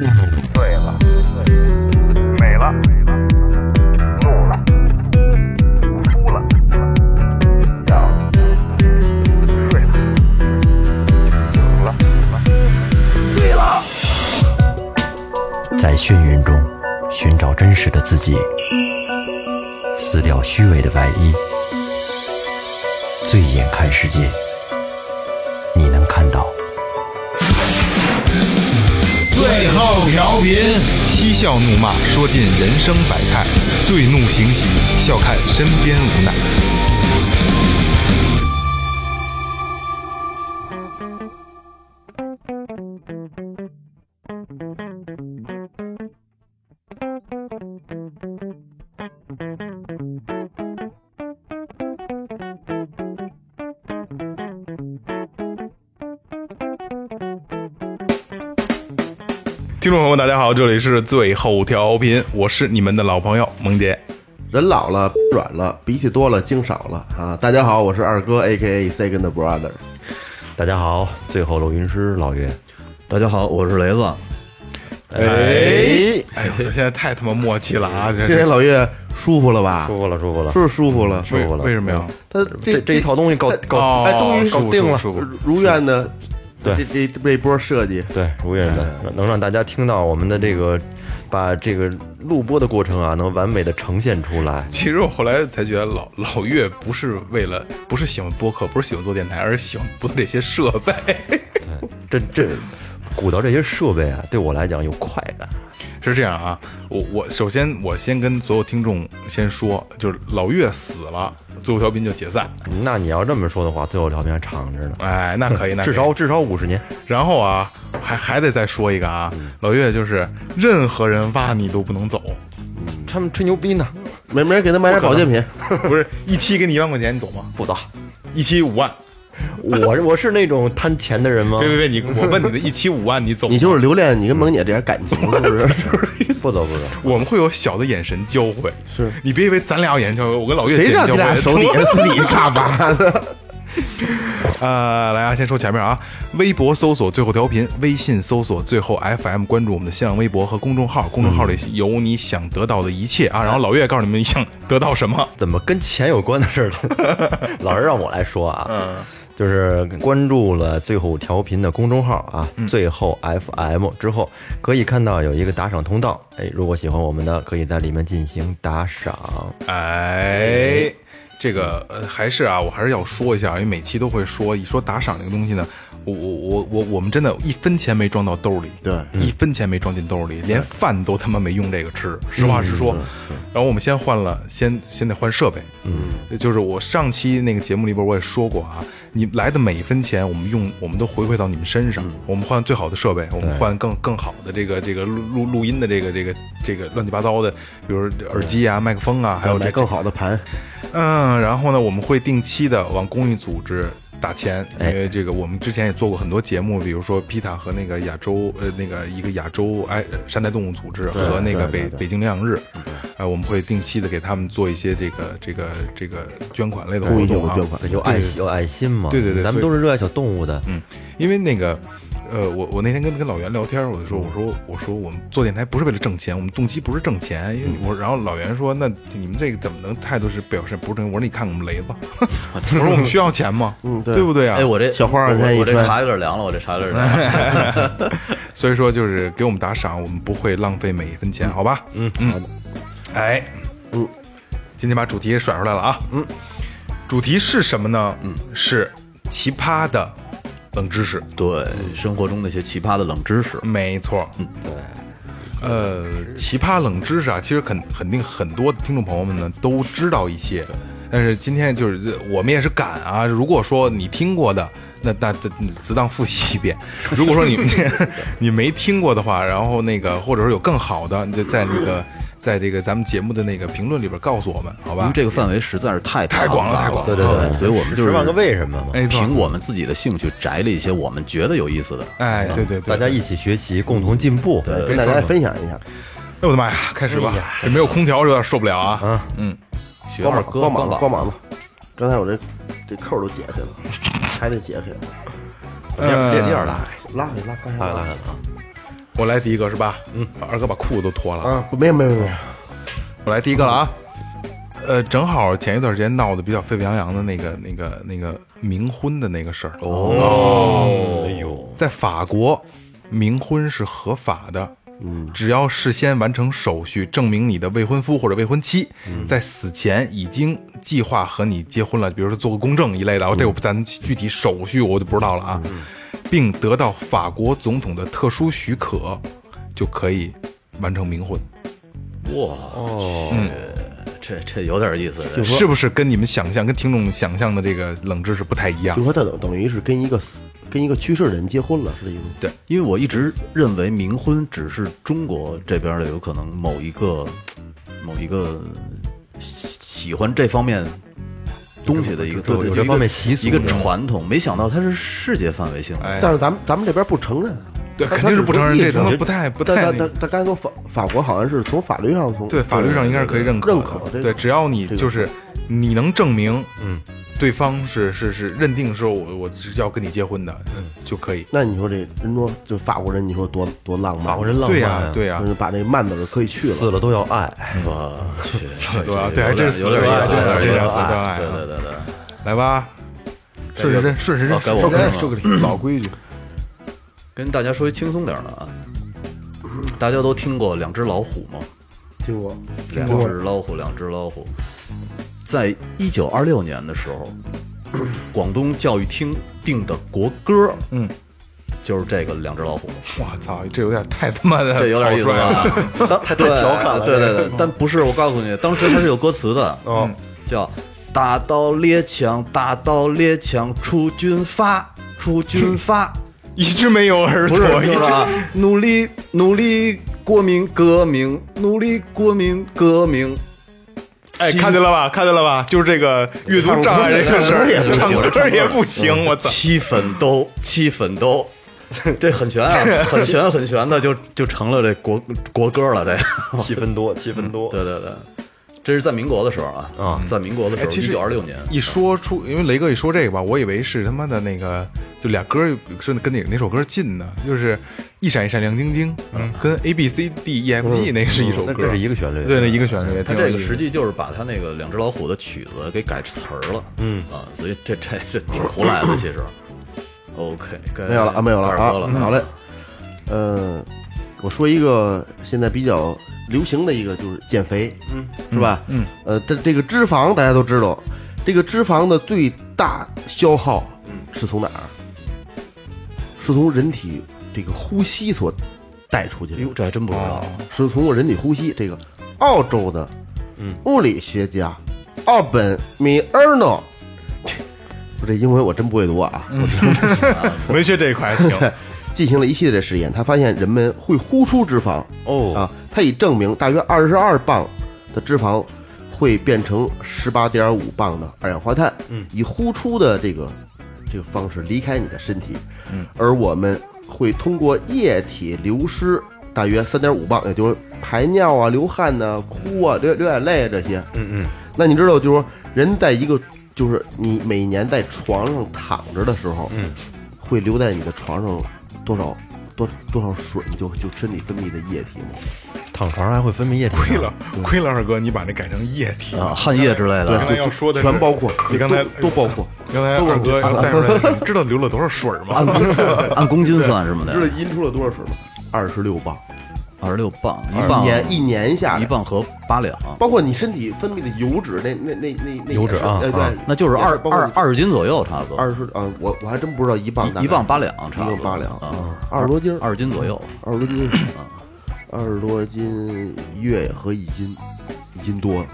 了，美了，怒了，哭了，笑了，睡了，醒了，醉了。在眩晕中寻找真实的自己，撕掉虚伪的外衣，醉眼看世界，你能看到。最后调频，嬉笑怒骂，说尽人生百态；醉怒行喜，笑看身边无奈。听众朋友们，大家好，这里是最后调频，我是你们的老朋友萌姐。人老了， 软了，鼻涕多了，精少了啊！大家好，我是二哥，A K A Second Brother。大家好，最后录音师老岳，大家好，我是雷子。哎，哎呦，这现在太他妈默契了啊！这今天老岳舒服了吧？舒服了，舒服了是，不是舒服了？舒服了。为什么呀？他这这一套东西搞搞哦哎，终于舒服搞定了舒服舒，如愿的。对这这这一波设计，对，如愿的，能让大家听到我们的这个，把这个录播的过程啊，能完美的呈现出来。其实我后来才觉得老老岳不是为了，不是喜欢播客，不是喜欢做电台，而是喜欢播这些设备。 这这，鼓捣这些设备啊，对我来讲有快感。是这样啊，我我首先我先跟所有听众先说，就是老岳死了，最后调频就解散。那你要这么说的话，最后聊天还长着呢，哎，那可以，那可至 以少至少五十年。然后啊，还还得再说一个啊，嗯老岳就是任何人挖你都不能走， 他们吹牛逼呢，没没人给他买点保健品，不是一期给你一万块钱，你走吗？不走。一期五万，我我是那种贪钱的人吗别？别别，你我问你的一期五万，你走吗？嗯 你就是留恋你跟萌姐这点感情，是不是？ 不走不走，我们会有小的眼神交汇，是你别以为咱俩有眼神交汇，我跟老岳谁眼神交让汇你俩了，手底下是你干嘛呢？呃， 来啊，先说前面啊，微博搜索最后调频，微信搜索最后 FM，关注我们的新浪微博和公众号，公众号里嗯有你想得到的一切啊。然后老岳告诉你们想得到什么，怎么跟钱有关的事儿 呢？老师让我来说啊，嗯就是关注了最后调频的公众号啊，嗯最后 FM 之后，可以看到有一个打赏通道，哎，如果喜欢我们的，可以在里面进行打赏。哎。这个呃，还是啊，我还是要说一下，因为每期都会说，一说打赏这个东西呢，我我我我我们真的一分钱没装到兜里，对一分钱没装进兜里，连饭都他妈没用这个吃，实话实说。然后我们先换了，先先得换设备。嗯，就是我上期那个节目里边我也说过啊，你来的每一分钱，我们用我们都回馈到你们身上，我们换最好的设备，我们换更更好的这个这个录录录音的这个这个这个乱七八糟的，比如耳机啊、麦克风啊，还有这买哦更好的盘，嗯，然后呢，我们会定期的往公益组织打钱，因哎为这个我们之前也做过很多节目，比如说皮塔和那个亚洲呃那个一个亚洲哎山带动物组织和那个北北京领养日，嗯呃，我们会定期的给他们做一些这个这个这个捐款类的公活益性动的啊，捐款，有爱心有爱心嘛？对对对咱们所以都是热爱小动物的。嗯，因为那个，呃，我我那天跟跟老袁聊天，我就说，我说我说我们做电台不是为了挣钱，我们动机不是挣钱，因为我然后老袁说，那你们这个怎么能态度是表示不是挣钱？我说你看看我们雷子，我说我们需要钱吗？嗯，对不对啊？哎，我这小花儿我现在一我这穿茶有点凉了，我这茶有点凉了。所以说就是给我们打赏，我们不会浪费每一分钱，好吧？嗯嗯，哎，嗯，今天把主题给甩出来了啊，嗯，主题是什么呢？嗯，是奇葩的冷知识。 对，生活中那些奇葩的冷知识，没错，对，呃，奇葩冷知识啊，其实肯肯定很多的听众朋友们呢都知道一些，但是今天就是呃我们也是赶啊，如果说你听过的，那那那那只当复习一 遍；如果说你你没听过的话，然后那个或者说有更好的，你就在那个在这个咱们节目的那个评论里边告诉我们，好因吧为？这个范围实在是太太广了庞杂太广了对对对，所以我们就是十万个为什么嘛，哎没错凭我们自己的兴趣摘了一些我们觉得有意思的。哎，对对对，大家一起学习，共同进步。跟大家分享一下，哎我的妈呀，开始吧，这没有空调有点受不了啊。嗯，学光二膀哥光膀光子，光膀膀子。刚才我这这扣儿都解开了，还得解开，嗯链链链儿拉拉开拉开拉开，刚才开，拉开了啊！我来第一个是吧？嗯，二哥把裤子都脱了啊。啊，不，没有没有没有，我来第一个了啊。呃，正好前一段时间闹得比较沸沸扬扬的那个、那个、那个冥婚的那个事儿。哦，哎呦，在法国，冥婚是合法的。嗯，只要事先完成手续，证明你的未婚夫或者未婚妻、在死前已经计划和你结婚了，比如说做个公证一类的，哎这我不咱具体手续我就不知道了啊，并得到法国总统的特殊许可，就可以完成冥婚，哇，嗯这这有点意思。这说是不是跟你们想象、跟听众想象的这个冷知识不太一样就？说他等等于是跟一个跟一个去世的人结婚了，是这意思吗？对，因为我一直认为冥婚只是中国这边的有可能某一个某一个喜喜欢这方面东西的一个对对有这一个方面习俗一个的传统，没想到它是世界范围性的。哎，但是咱们咱们这边不承认，对，他肯定是不承认，他这只他是妈意识不太不但太但那个但。但刚才说法法国好像是从法律上从对，法律上应该是可以认可的认可这个对，只要你这个就是你能证明，嗯，对方是是是认定说我我是要跟你结婚的，嗯，就可以。那你说这人说就法国人，你说多多浪漫，法国人浪对漫呀、啊，对呀、就是把这慢字儿可以去了，死了都要爱，我去，对啊这对还真是有点有点意思，死有对点啊意思死对啊对对对对对。来吧，顺时针，顺时针，哦该我顺时针了顺时针老规矩，跟大家说一轻松点儿的啊，大家都听过两只老虎吗？听过？两只老虎，两只老虎。在一九二六年的时候，广东教育厅定的国歌，嗯，就是这个两只老虎。我操，这有点太他妈的草率了， 这有点意思 吧？当太太调侃了啊哎对对对，但不是，我告诉你，当时它是有歌词 的，哦，叫“打到列强，打到列强，出军发，出军发”。一直没有耳不是，朵，一就是直啊，努力努力国民革命，努力国民革命。哎，看见了吧，看见了吧，就是这个阅读障碍这个事儿，唱歌也不行，我操，哦七粉兜，七粉兜， 这很悬啊，很悬很悬的，就就成了这国国歌了。这个，七分 多，七分多，对对对，这是在民国的时候啊，啊在民国的时哎候，其一实九二六年，一说出，因为雷哥一说这个吧，我以为是他妈的那个，就俩歌儿是跟哪哪首歌近呢？就是一闪一闪亮晶晶，跟 A B C D E F G 那个是一首嗯那歌，这是一个旋律，对，那一个旋律也他挺有这个意思实际就是把他那个两只老虎的曲子给改词儿了，嗯啊，所以这这这挺胡来的，其实。OK，该没有了啊，没有了哎二哥了嗯啊，，好嘞，呃，我说一个现在比较流行的一个就是减肥，嗯，是吧？嗯，呃，这这个脂肪大家都知道，这个脂肪的最大消耗嗯是从哪儿？是从人体这个呼吸所带出去的，哟，嗯哎这还真不知道。是通过人体呼吸。这个澳洲的嗯物理学家奥本米尔诺，这这英文我真不会读啊，文学这一块还行，进行了一系列的实验，他发现人们会呼出脂肪哦，啊，他已证明大约二十二磅的脂肪会变成十八点五磅的二氧化碳，嗯，以呼出的这个这个方式离开你的身体，嗯，而我们会通过液体流失大约三点五磅，也就是排尿啊、流汗呐、哭啊、流流眼泪啊这些，嗯嗯，那你知道就是说人在一个就是你每年在床上躺着的时候，嗯，会留在你的床上多少？多多少水就就身体分泌的液体吗？躺床上还会分泌液体，亏了亏了，二哥你把那改成液体啊，汗液之类的你刚才要说的是全包括，你刚才都都包括。刚才二哥要带出来的是，知道流了多少水吗？按按公斤算是吗？知道得阴出了多少水吗？二十六磅，二十六磅，一一磅年一年下来，一磅和八两，包括你身体分泌的油脂，那那那那那油脂啊也是啊呃对，那就是二包括二二十斤左右，差不多。二十啊，我我还真不知道一磅大概一一磅八两，一差不多磅八两啊，二十多斤儿，二十啊斤左右。二十多斤，二十多斤一月和一斤，一斤多。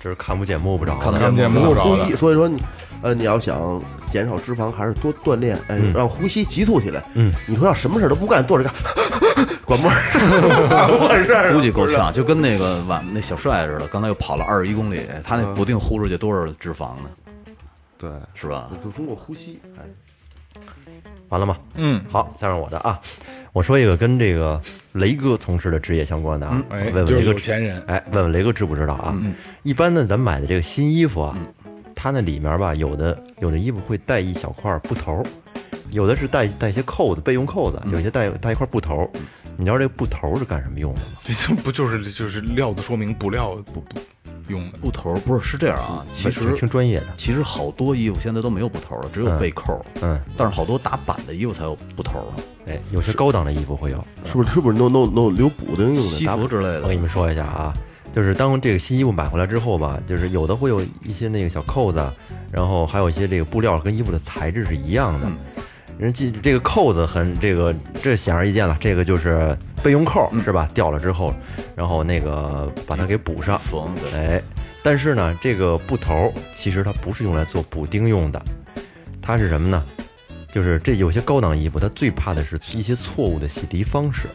这是看不见摸不着的，看不见看不见摸通不过着呼吸，的，所以说你，呃，你要想减少脂肪，还是多锻炼，哎，让呼吸急促起来。嗯，你说要什么事儿都不干，坐着干， 管不管管事儿啊？ 估计够呛，就跟那个晚那小帅似的，刚才又跑了二十一公里，嗯他那不定呼出去多少脂肪呢，对，是吧？就通过呼吸，哎，完了吗？嗯，好，再让我的啊，我说一个跟这个雷哥从事的职业相关的啊，哎问问就是雷哥有钱嗯人哎，问问雷哥知不知道啊？一般呢，咱买的这个新衣服啊，嗯它那里面吧，有的有的衣服会带一嗯小块布头儿，有的是带带一些扣子，备用扣子，有些带带一块布头儿。你知道这个布头是干什么用的吗？ 这就不就是就是料子说明不料不不用的布头儿不是是这样嗯啊，其实挺专业的。其实好多衣服现在都没有布头儿了，只有背扣儿。嗯，但是好多打版的衣服才有布头儿啊，哎，有些高档的衣服会有。是不是是不是弄弄弄留补哎丁用的？西服之类我的给。你们说一下啊，就是当这个新衣服买回来之后吧，就是有的会有一些那个小扣子，然后还有一些这个布料跟衣服的材质是一样的。人记这个扣子很这个这显而易见了，这个就是备用扣是吧？掉了之后，然后那个把它给补上。缝对哎，但是呢，这个布头儿其实它不是用来做补丁用的，它是什么呢？就是这有些高档衣服，它最怕的是一些错误的洗涤方式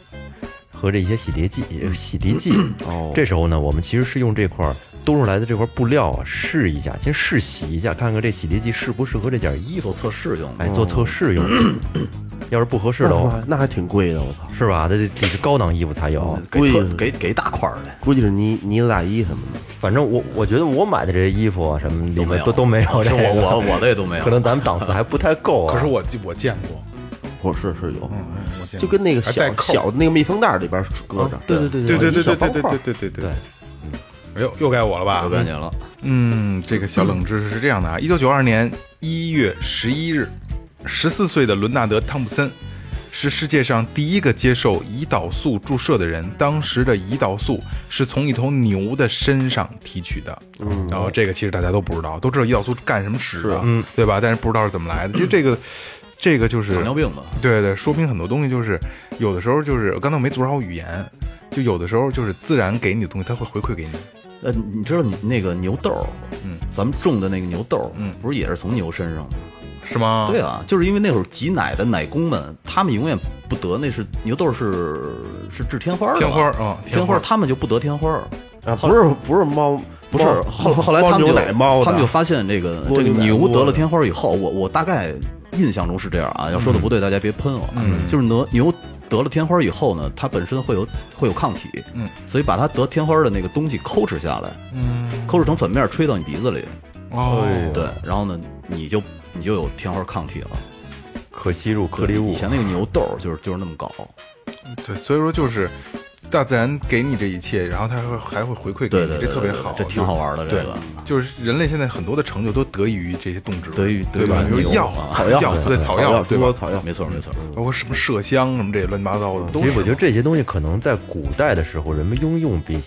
和这一些洗涤剂、洗涤剂。哦这时候呢，我们其实是用这块儿多出来的这块布料啊，试一下，先试洗一下，看看这洗涤剂适不适合这件衣服，做测试用的哎，做测试用。 要是不合适的哦话，那还挺贵的，我操！是吧？它得得是高档衣服才有。给贵特给给大块儿哎的，估计是呢呢大衣什么的。反正我我觉得我买的这些衣服啊，什么里没面有都都没有这是个。我我我的也都没 有可。能咱们档次还不太够啊。可是我我见过，不是是有，嗯我见过就跟那个还小带扣小的那个密封袋里边儿搁着。对对对对对对小对方对块对对对对对。哎呦，又该我了吧？有感觉了，嗯，这个小冷知识是这样的啊，一九九二年一月十一日，十四岁的伦纳德·汤普森是世界上第一个接受胰岛素注射的人。当时的胰岛素是从一头牛的身上提取的，嗯，然后这个其实大家都不知道，都知道胰岛素干什么使的，嗯，对吧？但是不知道是怎么来的。其实这个，这个就是糖尿病吧，对对，说明很多东西就是有的时候就是我刚才我没组织好语言，就有的时候就是自然给你的东西，它会回馈给你。呃，你知道你那个牛豆，嗯，咱们种的那个牛豆，嗯，不是也是从牛身上吗？是吗？对啊，就是因为那会儿挤奶的奶工们，他们永远不得那是牛豆是是治天花儿的吧，天花儿啊天天花花儿，儿他们就不得天花儿，啊，不是不是猫，不是猫后后来猫他们就牛奶猫的，他们就发现这个蜗这个牛奶牛蜗得了的天花儿以后，我我大概印象中是这样啊，要说的不对大家别喷我啊，就是牛牛得了天花儿以后呢，它本身会有会有抗体，嗯，所以把它得天花儿的那个东西抠哧下来，嗯，抠哧成粉面儿吹到你鼻子里，哦，对，然后呢你就你就有天花儿抗体了。可吸入颗粒以物，前那个牛豆儿就是就是那么搞，对，所以说就是大自然给你这一切，然后它还会还会回馈给对你，对对，这特对别对好，这挺好玩的。就是。这个对，就是人类现在很多的成就都得益于这些动植物，得益于对吧？得益于比如牛药、啊草 草药，药对草草药，对嗯中国吧？草药。没错没错，包括什么麝香什么这些乱七八糟的，都其实是我觉得这些东西可能在古代的时候，人们应用比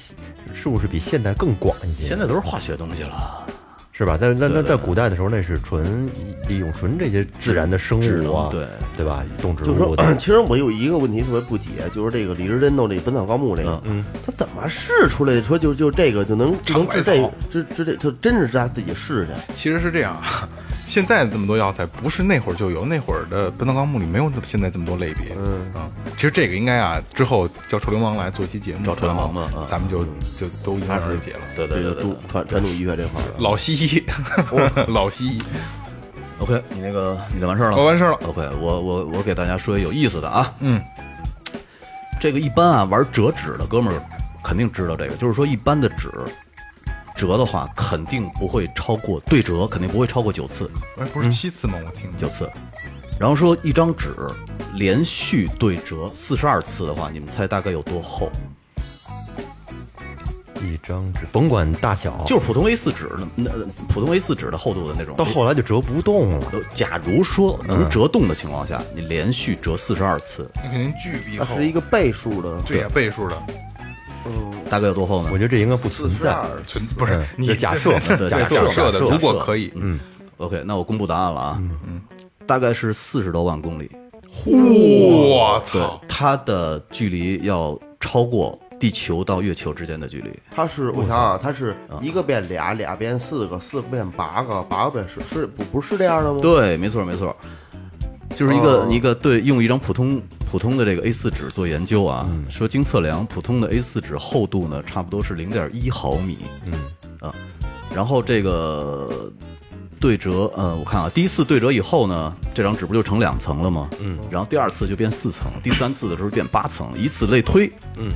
是不是比现代更广一些？现在都是化学东西了，是吧？但那那在古代的时候，那是纯利用纯这些自然的生智物啊能，对对吧？动植就是物说，的 其实我有一个问题特别不解，就是这个李时珍弄这《本草纲目》这个，嗯，他怎么试出来的？说就就这个就能就尝能百治草这治治这，就真是他自己试去。其实是这样 啊，现在这么多药材不是那会儿就有，那会儿的《本草纲目》里没有现在这么多类别。嗯啊，其实这个应该啊，之后叫臭流氓来做一期节目，找臭流氓吧然后啊咱们就就都迎刃而解了。对这对对个对中对。传传统医学这块儿的，老西医，哦 老西医， OK，你那个你的完事儿了吗？我完事儿了 OK，我我我给大家说一有意思的啊，嗯，这个一般啊玩折纸的哥们儿肯定知道这个，就是说一般的纸折的话，肯定不会超过对折，肯定不会超过九次。哎，不嗯是七次吗？我听九次，然后说一张纸连续对折四十二次的话，你们猜大概有多厚？一张纸，甭管大小，就是普通 A 4纸那那普通 A 4纸的厚嗯度的那种。到后来就折不动了。呃，假如说能折动的情况下，你连续折四十二次，那肯定巨逼它厚，是一个倍数的，对呀，倍数的大概有多厚呢我？觉得这应该不存在。存不是嗯你这假设这 对这假假设设的，假设如果可以，嗯，OK，那我公布答案了啊，嗯，大概是四十多万公里，我对操，，它的距离要超过地球到月球之间的距离，它是我想啊，它是一个变俩，俩变四个，四个变八个，八个变十，是不不是这样的吗？对，没错没错，就是一个、哦一个对用一张普通普通的这个 A 4纸做研究啊，说经测量，普通的 A 4纸厚度呢差不多是零点一毫米，嗯啊，然后这个对折，呃，我看啊，第一次对折以后呢，这张纸不就成两层了吗？嗯，然后第二次就变四层，第三次的时候变八层，以此类推，嗯，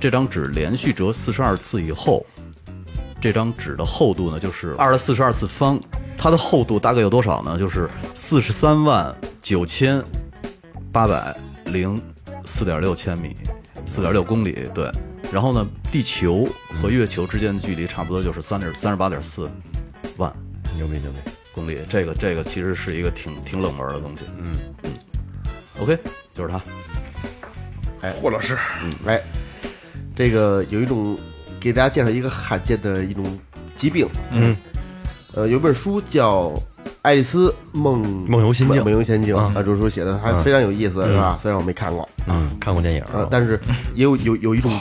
这张纸连续折四十二次以后，这张纸的厚度呢，就是二的四十二次方，它的厚度大概有多少呢？就是四十三万九千八百零四点六千米，四点六公里，对。然后呢，地球和月球之间的距离差不多就是三点三十八点四万牛逼牛逼，公里，这个这个其实是一个挺挺冷门的东西。嗯嗯，OK，就是它。霍老师，来，哎这个有一种给大家介绍一个罕见的一种疾病，嗯，呃，有本书叫《爱丽丝梦梦游仙境梦游仙境啊，就是说写的还非常有意思，是吧？虽然我没看过，嗯，看过电影呃，但是也有有有一种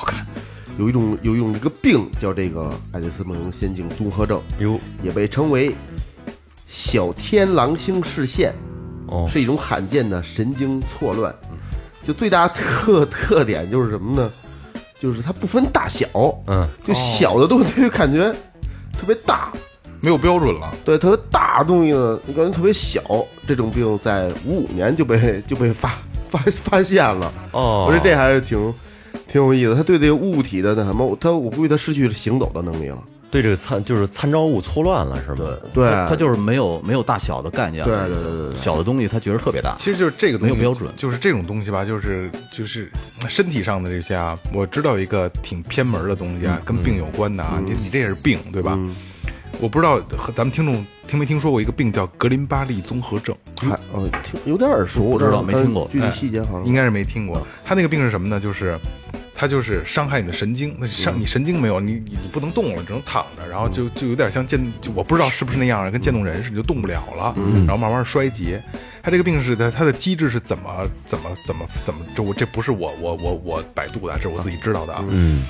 有一种有一种这个病叫这个爱丽丝梦游仙境综合症，哟也被称为小天狼星视线，哦是一种罕见的神经错乱。就最大特特点就是什么呢？就是它不分大小，嗯，就小的东西就感觉特别大，没有标准了，对，特别大的东西呢，你感觉特别小。这种病在五五年就被就被发发发现了，哦我觉得这还是挺挺有意思。他对这个物体的那什么，他我估计他失去了行走的能力了。对这个参就是参照物错乱了是吗？对它它就是没有没有大小的概念了。对对对对小的东西它觉得特别大。其实就是这个东西没有标准就是这种东西吧，就是就是身体上的这些啊，我知道一个挺偏门的东西嗯啊，跟病有关的啊，你你这也是病对吧？嗯我不知道和咱们听众听没听说过一个病叫格林巴利综合症，还哦，听有点耳熟，不知道但是没听过哎具体细节好像应该是没听过。他那个病是什么呢？就是他就是伤害你的神经，那伤你神经没有，你你你不能动了，只能躺着，然后就就有点像渐，就我不知道是不是那样，跟渐冻人似的，就动不了了，然后慢慢衰竭。他这个病是他他的机制是怎么怎么怎么怎么，这我这不是我我我我百度的啊，这是我自己知道的啊。嗯，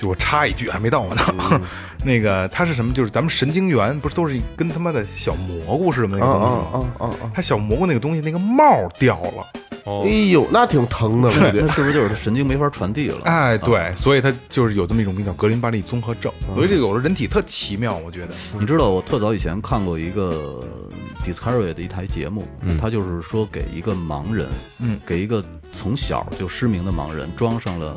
就我插一句，还没到我呢。 那个它是什么？就是咱们神经元不是都是跟他妈的小蘑菇似的那个啊东西啊吗？啊啊啊！它小蘑菇那个东西那个帽儿掉了。哎呦，那挺疼的，我觉它得。是不是就是神经没法传递了？哎，对，所以它就是有这么一种病叫格林巴利综合症。所以这个我说人体特奇妙，我觉得你知道我特早以前看过一个 Discovery 的一台节目，它就是说给一个盲人，嗯，给一个从小就失明的盲人装上了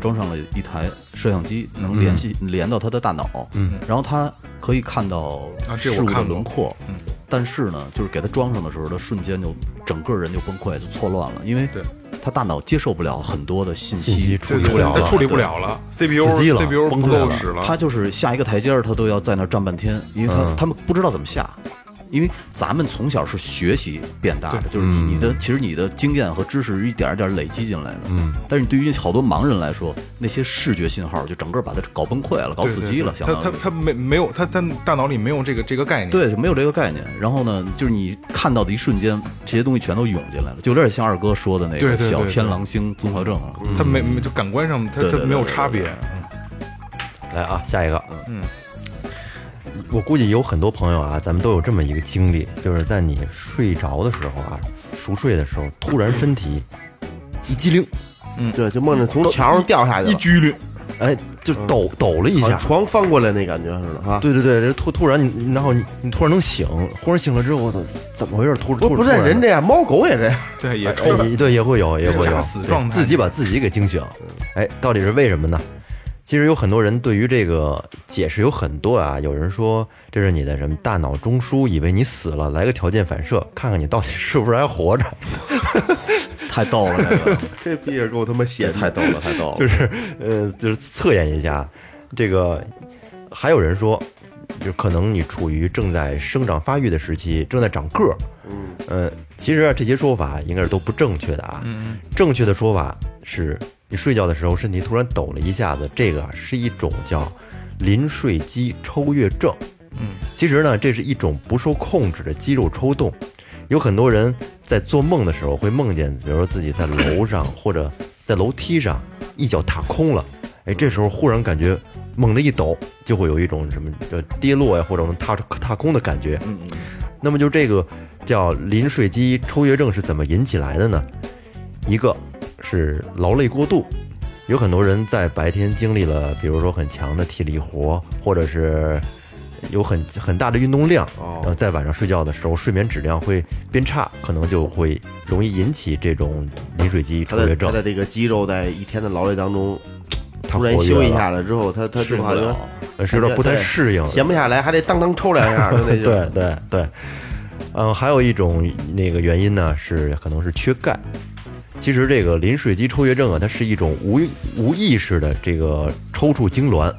装上了一台摄像机，能联系、连到他的大脑，嗯，然后他可以看到啊这我事物的看过轮廓，嗯，但是呢，就是给他装上的时候，他瞬间就整个人就崩溃，就错乱了，因为对他大脑接受不了很多的信信息息，处理不了它了处理不了了，CPU 死机了 CPU 崩不溃够了使了。他就是下一个台阶儿，他都要在那儿站半天，因为他、他们不知道怎么下，因为咱们从小是学习变大的，就是你你的其实你的经验和知识是一点儿一点儿累积进来的，嗯，但是对于好多盲人来说，那些视觉信号就整个把他搞崩溃了，搞对死对机对了，相他当他于。他没没有他他大脑里没有这个这个概念。对，就没有这个概念。然后呢，就是你看到的一瞬间，这些东西全都涌进来了，就有点像二哥说的那对个对对小对天狼星综合症啊。他没没就感官上他对他对对没有对差对别。来啊，下一个。嗯，我估计有很多朋友啊，咱们都有这么一个经历，就是在你睡着的时候啊，熟睡的时候，突然身体一激灵，对，就梦着从桥上掉下去了，一拘灵，哎，就抖抖了一好下像。床翻过来那感觉似的哈。对对对，这突突然你，然后你你突然能醒，忽然醒了之后，我操，怎么回事？突突不不是人这样，猫狗也这样。对，也抽突。然哎对也会有也会假有死对状态嗯自己把自己给惊醒。哎，到底是为什么呢？其实有很多人对于这个解释有很多啊，有人说这是你的什么大脑中枢，以为你死了，来个条件反射，看看你到底是不是还活着。太逗了，这个 这逼也够他妈闲也的，太逗了，太 逗了。就是呃，就是测验一下。这个还有人说，就可能你处于正在生长发育的时期，正在长个儿。嗯，呃，其实啊，这些说法应该是都不正确的啊。嗯，正确的说法是你睡觉的时候身体突然抖了一下子，这个啊是一种叫临睡肌抽跃症。其实呢，这是一种不受控制的肌肉抽动。有很多人在做梦的时候会梦见，比如说自己在楼上或者在楼梯上一脚踏空了，哎，这时候忽然感觉猛地一抖，就会有一种什么呃跌落呀，或者能踏踏空的感觉。嗯嗯那么就这个叫临睡肌抽跃症是怎么引起来的呢？一个是劳累过度，有很多人在白天经历了，比如说很强的体力活，或者是有很很大的运动量，哦然后在晚上睡觉的时候睡眠质量会变差，可能就会容易引起这种临睡肌他抽的跃他症。的这个肌肉在一天的劳累当中，它突然活跃休一了下来之后，他他就好像呃是有点不太适应，闲不下来，还得当当抽两下，就那就 对对对，嗯，还有一种那个原因呢，是可能是缺钙。其实这个临水肌抽跃症啊，它是一种无无意识的这个抽搐痉挛。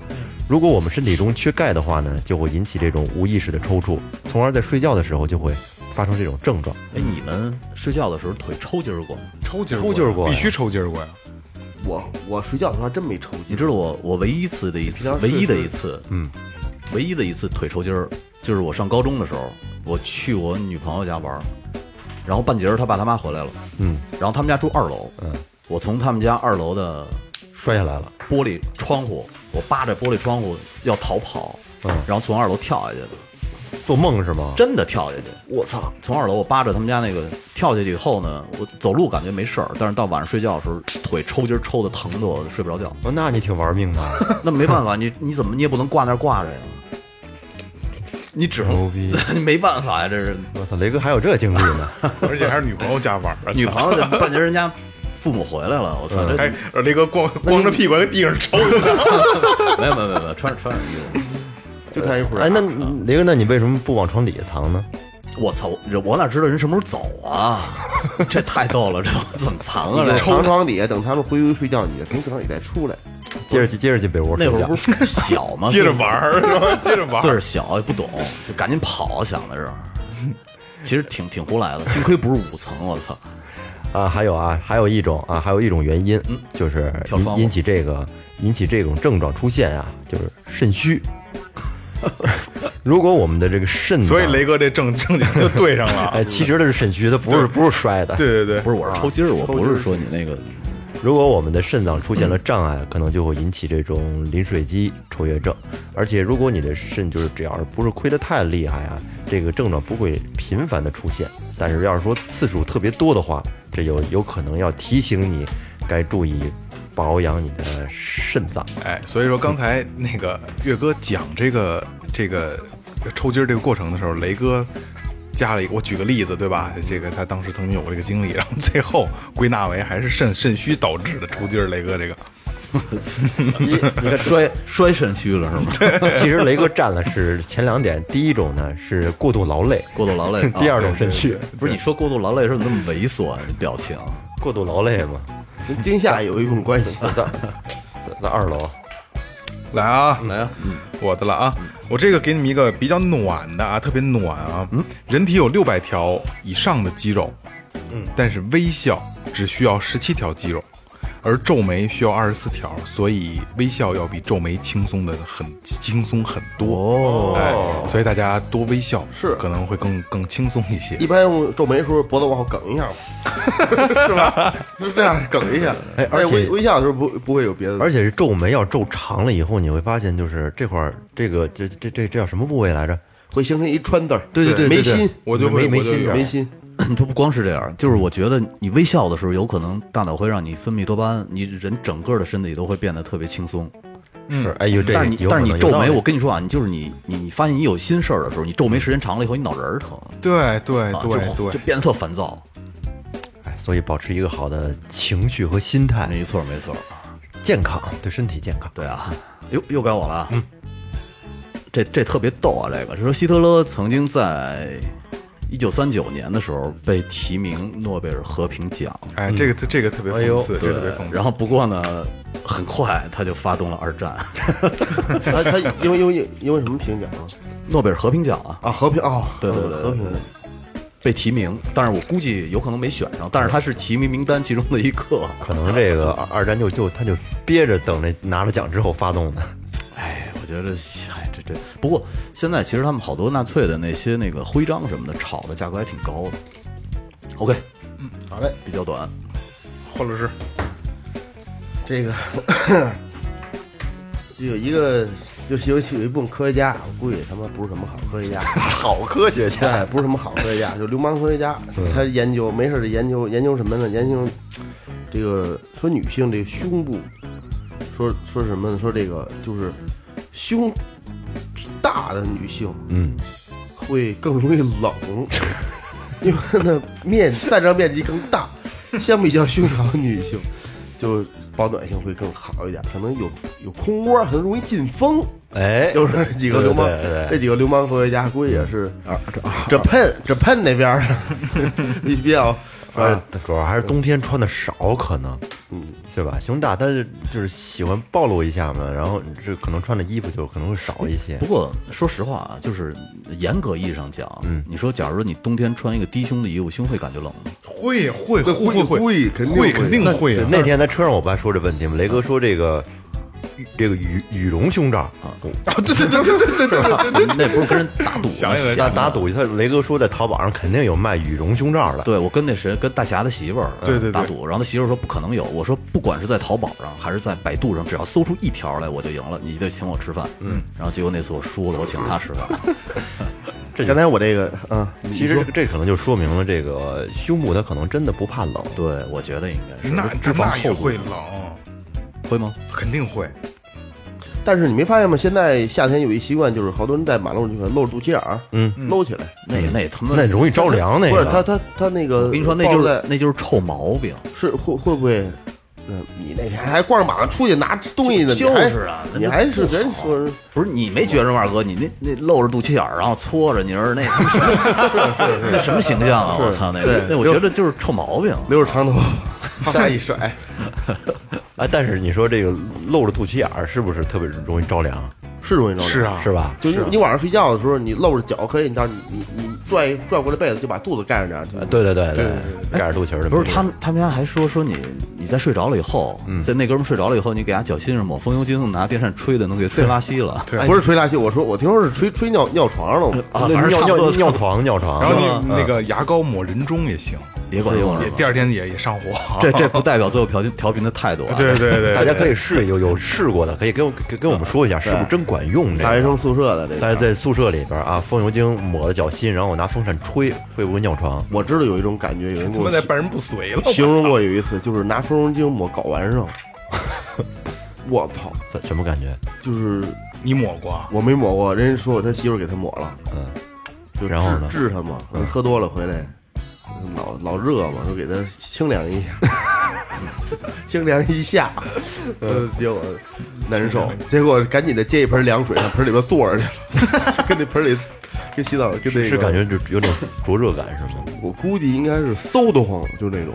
如果我们身体中缺钙的话呢，就会引起这种无意识的抽搐，从而在睡觉的时候就会发生这种症状。哎，你们睡觉的时候腿抽筋儿过吗？抽筋儿抽筋儿过必呀须抽筋儿过呀！我我睡觉的时候还真没抽你筋，知道我我唯一次的一次平常，唯睡一的是一次，嗯，唯一的一次腿抽筋儿，就是我上高中的时候，我去我女朋友家玩儿，然后半截儿她爸他妈回来了，嗯，然后他们家住二楼，嗯，我从他们家二楼的摔下来了，玻璃窗户，我扒着玻璃窗户要逃跑，嗯然后从二楼跳下去的，做梦是吗？真的跳下去，我操，从二楼我扒着他们家那个跳下去以后呢，我走路感觉没事儿，但是到晚上睡觉的时候，腿抽筋儿抽的疼的我睡不着觉。哦，那你挺玩命 的，那没办法，你你怎么你也不能挂那儿挂着呀，你只牛能逼！ 你没办法呀，这是我操，雷哥还有这经历 呢，而且还是女朋友家玩儿， 啊女朋友就半截人家父母回来了，我操，这还哎呃雷哥光光着屁股在地上抽呢。没有没有没有没有，穿着穿着衣就看一会儿。哎，那雷哥，那你为什么不往床底下藏呢？服，我操，我我哪知道人什么时候走啊？ 这太逗了，这我怎么藏啊？你这就藏床底下，等他们回屋睡觉，你就从床底再出来。接着去，接着进被窝睡那会儿觉不。是小 吗？接着玩儿，然后接着玩岁儿。数小也不懂，就赶紧跑，想的是。其实挺挺胡来的，幸亏不是五层，我操！啊，还有啊，还有一种啊，还有一种原因，嗯就是跳窗引户引起这个引起这种症状出现啊，就是肾 虚。如果我们的这个肾脏，所以雷哥这正正经就对上了。 哎，其实它是肾虚，它不是不是摔的。对对对，不是我是抽筋儿，我不是说你那个如果我们的肾脏出现了障碍，可能就会引起这种临水肌抽跃症。而且，如果你的肾就是只要是不是亏得太厉害啊，这个症状不会频繁的出现。但是要是说次数特别多的话，这有有可能要提醒你该注意保养你的肾脏。哎，所以说刚才那个岳哥讲这个这个抽筋儿这个过程的时候，雷哥加了一个，我举个例子，对吧？这个他当时曾经有过这个经历，然后最后归纳为还是肾肾虚导致的抽筋儿。雷哥这个，你你看 摔摔肾虚了是吗？其实雷哥占了是前两点，第一种呢是过度劳累，过度 劳累。第二啊种肾虚，不是你说过度劳累的时候怎么那么猥琐？你表情过度劳累嘛，跟惊吓有一种关系。在在二楼。来啊，来啊，我的了啊！我这个给你们一个比较暖的啊，特别暖啊。人体有六百条以上的肌肉，嗯，但是微笑只需要十七条肌肉，而皱眉需要二十四条，所以微笑要比皱眉轻松的很，轻松很多。哦，哎，所以大家多微笑是可能会更更轻松一些一。般我皱眉的时候脖子往后梗一下，是吧？就这样梗一下。哎而且微微笑的时候不不会有别的。而且是皱眉要皱长了以后，你会发现就是这块儿这个这这这这叫什么部位来着？会形成一川字儿，对对对眉对对心，我就会眉我就眉心有这儿眉心，它不光是这样，就是我觉得你微笑的时候，有可能大脑会让你分泌多巴胺，你人整个的身体都会变得特别轻松。是，哎呦，这嗯但是你有可但能是有你皱道眉，理我跟你说啊，你就是你你你发现你有心事儿的时候，你皱眉时间长了以后，你脑仁儿疼对对啊，对就就对，变得特烦躁。哎所以保持一个好的情绪和心态，没错没错，健康对身体健康。对啊，又又该我了啊。这这特别逗啊！这个是说希特勒曾经在一九三九年的时候被提名诺贝尔和平奖，哎，这个这个特别哎呦讽刺，这个特别讽刺。然后不过呢，很快他就发动了二战， 他他因为因为因为什么评奖啊？诺贝尔和平奖啊啊，和平哦，对对对和平的，被提名，但是我估计有可能没选上，但是他是提名名单其中的一个。可能这 个二二战就就他就憋着等那拿了奖之后发动的，哎，我觉得，哎，这这不过现在其实他们好多纳粹的那些那个徽章什么的，炒的价格还挺高的。OK，嗯，好嘞，比较短。换律师，这个 有一个就有有一部分科学家，我估计他妈不是什么好科学 家，好科学家嗯哎，不是什么好科学家，就流氓科学家，他研究没事儿就研究研究什么呢？研究这个说女性这个胸部，说说什么呢？说这个就是胸大的女性，嗯，会更容易冷，因为呢面散热面积更大，相比较胸小的女性，就保暖性会更好一点，可能有有空窝，很容易进风。哎，就是这几个流氓对对啊对，这几个流 氓科学家估计也是这这 Japan Japan 那边儿比比较啊啊呃，主要还是冬天穿的少，可能，嗯，对吧？熊大他就是喜欢暴露一下嘛，然后这可能穿的衣服就可能会少一些不。过说实话啊，就是严格意义上讲，嗯你说假如你冬天穿一个低胸的衣服，胸会感觉冷吗？ 会会会会会会肯定会会肯定会对啊！那天在车上我不还说这问题吗？雷哥说这个羽这个羽羽绒胸罩啊，啊对对对对对对对对，那不是跟人打赌吗？想啊起来打闲的打赌，他雷哥说在淘宝上肯定有卖羽绒胸罩的。对，我跟那谁，跟大侠的媳妇儿呃对对对打赌，然后他媳妇儿说不可能有，我说不管是在淘宝上还是在百度上，只要搜出一条来我就赢了，你得请我吃饭。嗯，然后结果那次我输了，我请他吃 饭。这刚才我这个，嗯，其实这可能就说明了这个胸部它可能真的不怕冷。对，我觉得应该是那脂肪那也厚会冷，会吗？肯定会。但是你没发现吗？现在夏天有一习惯，就是好多人在马路上就露着肚脐眼儿，嗯，搂起来，那那他妈那容易着凉，那不是个他他他那个，我跟你说，那就是在那就是臭毛病。是会会不会？嗯，你那天还光着膀子出去拿东西呢？你就还是啊那你就还是不人好说不是你没觉着吗，二哥？你那那露着肚脐眼儿，然后搓着，你说那他妈什么 那什么形象啊？我操，那对那我觉得就是臭毛病。留着长头发，啪 一甩，哎，但是你说这个露着肚脐眼儿是不是特别容易着凉？是容易着凉。是，啊，是吧？就你你晚上睡觉的时候，你露着脚可以，你到你你拽拽过来被子就把肚子盖上点儿，就呃对对对对，盖着肚脐儿的。不是他们，他们家还说说你，你在睡着了以后，嗯在那哥们睡着了以后，你给他脚心上抹风油精，拿电扇吹的，能给吹拉稀了。 对不是吹拉稀，我说我听说是吹吹尿尿床上了我们，啊，那反正尿差尿不多尿床尿床，然后你那个牙膏抹人中也行，也管用哎也哎是第吧？二天也也上火。这这不代表最后调频调频的态度啊。 对对对，大家可以试有有试过的，可以跟我跟跟我们说一下是不是真管用这大学个。生宿舍的这但个是。在宿舍里边啊，风油精抹了脚心，然后我拿风扇吹，会不会尿床？我知道有一种感觉，有人他给我妈在半人不遂了。形容过有一次，就是拿风油精抹睾丸上，我操！怎什么感觉？就是你抹过？啊我没抹过，人家说我他媳妇儿给他抹了，嗯，就然后治呢嗯治他嘛，人喝多了回来，老老热嘛，说给他清凉 一下，清凉一下，嗯呃，结果难受，结果赶紧的接一盆凉水，上盆里边坐着去 了，跟那盆里跟洗澡跟那个是感觉就有点灼热感是吗？我估计应该是馊得慌，就那种。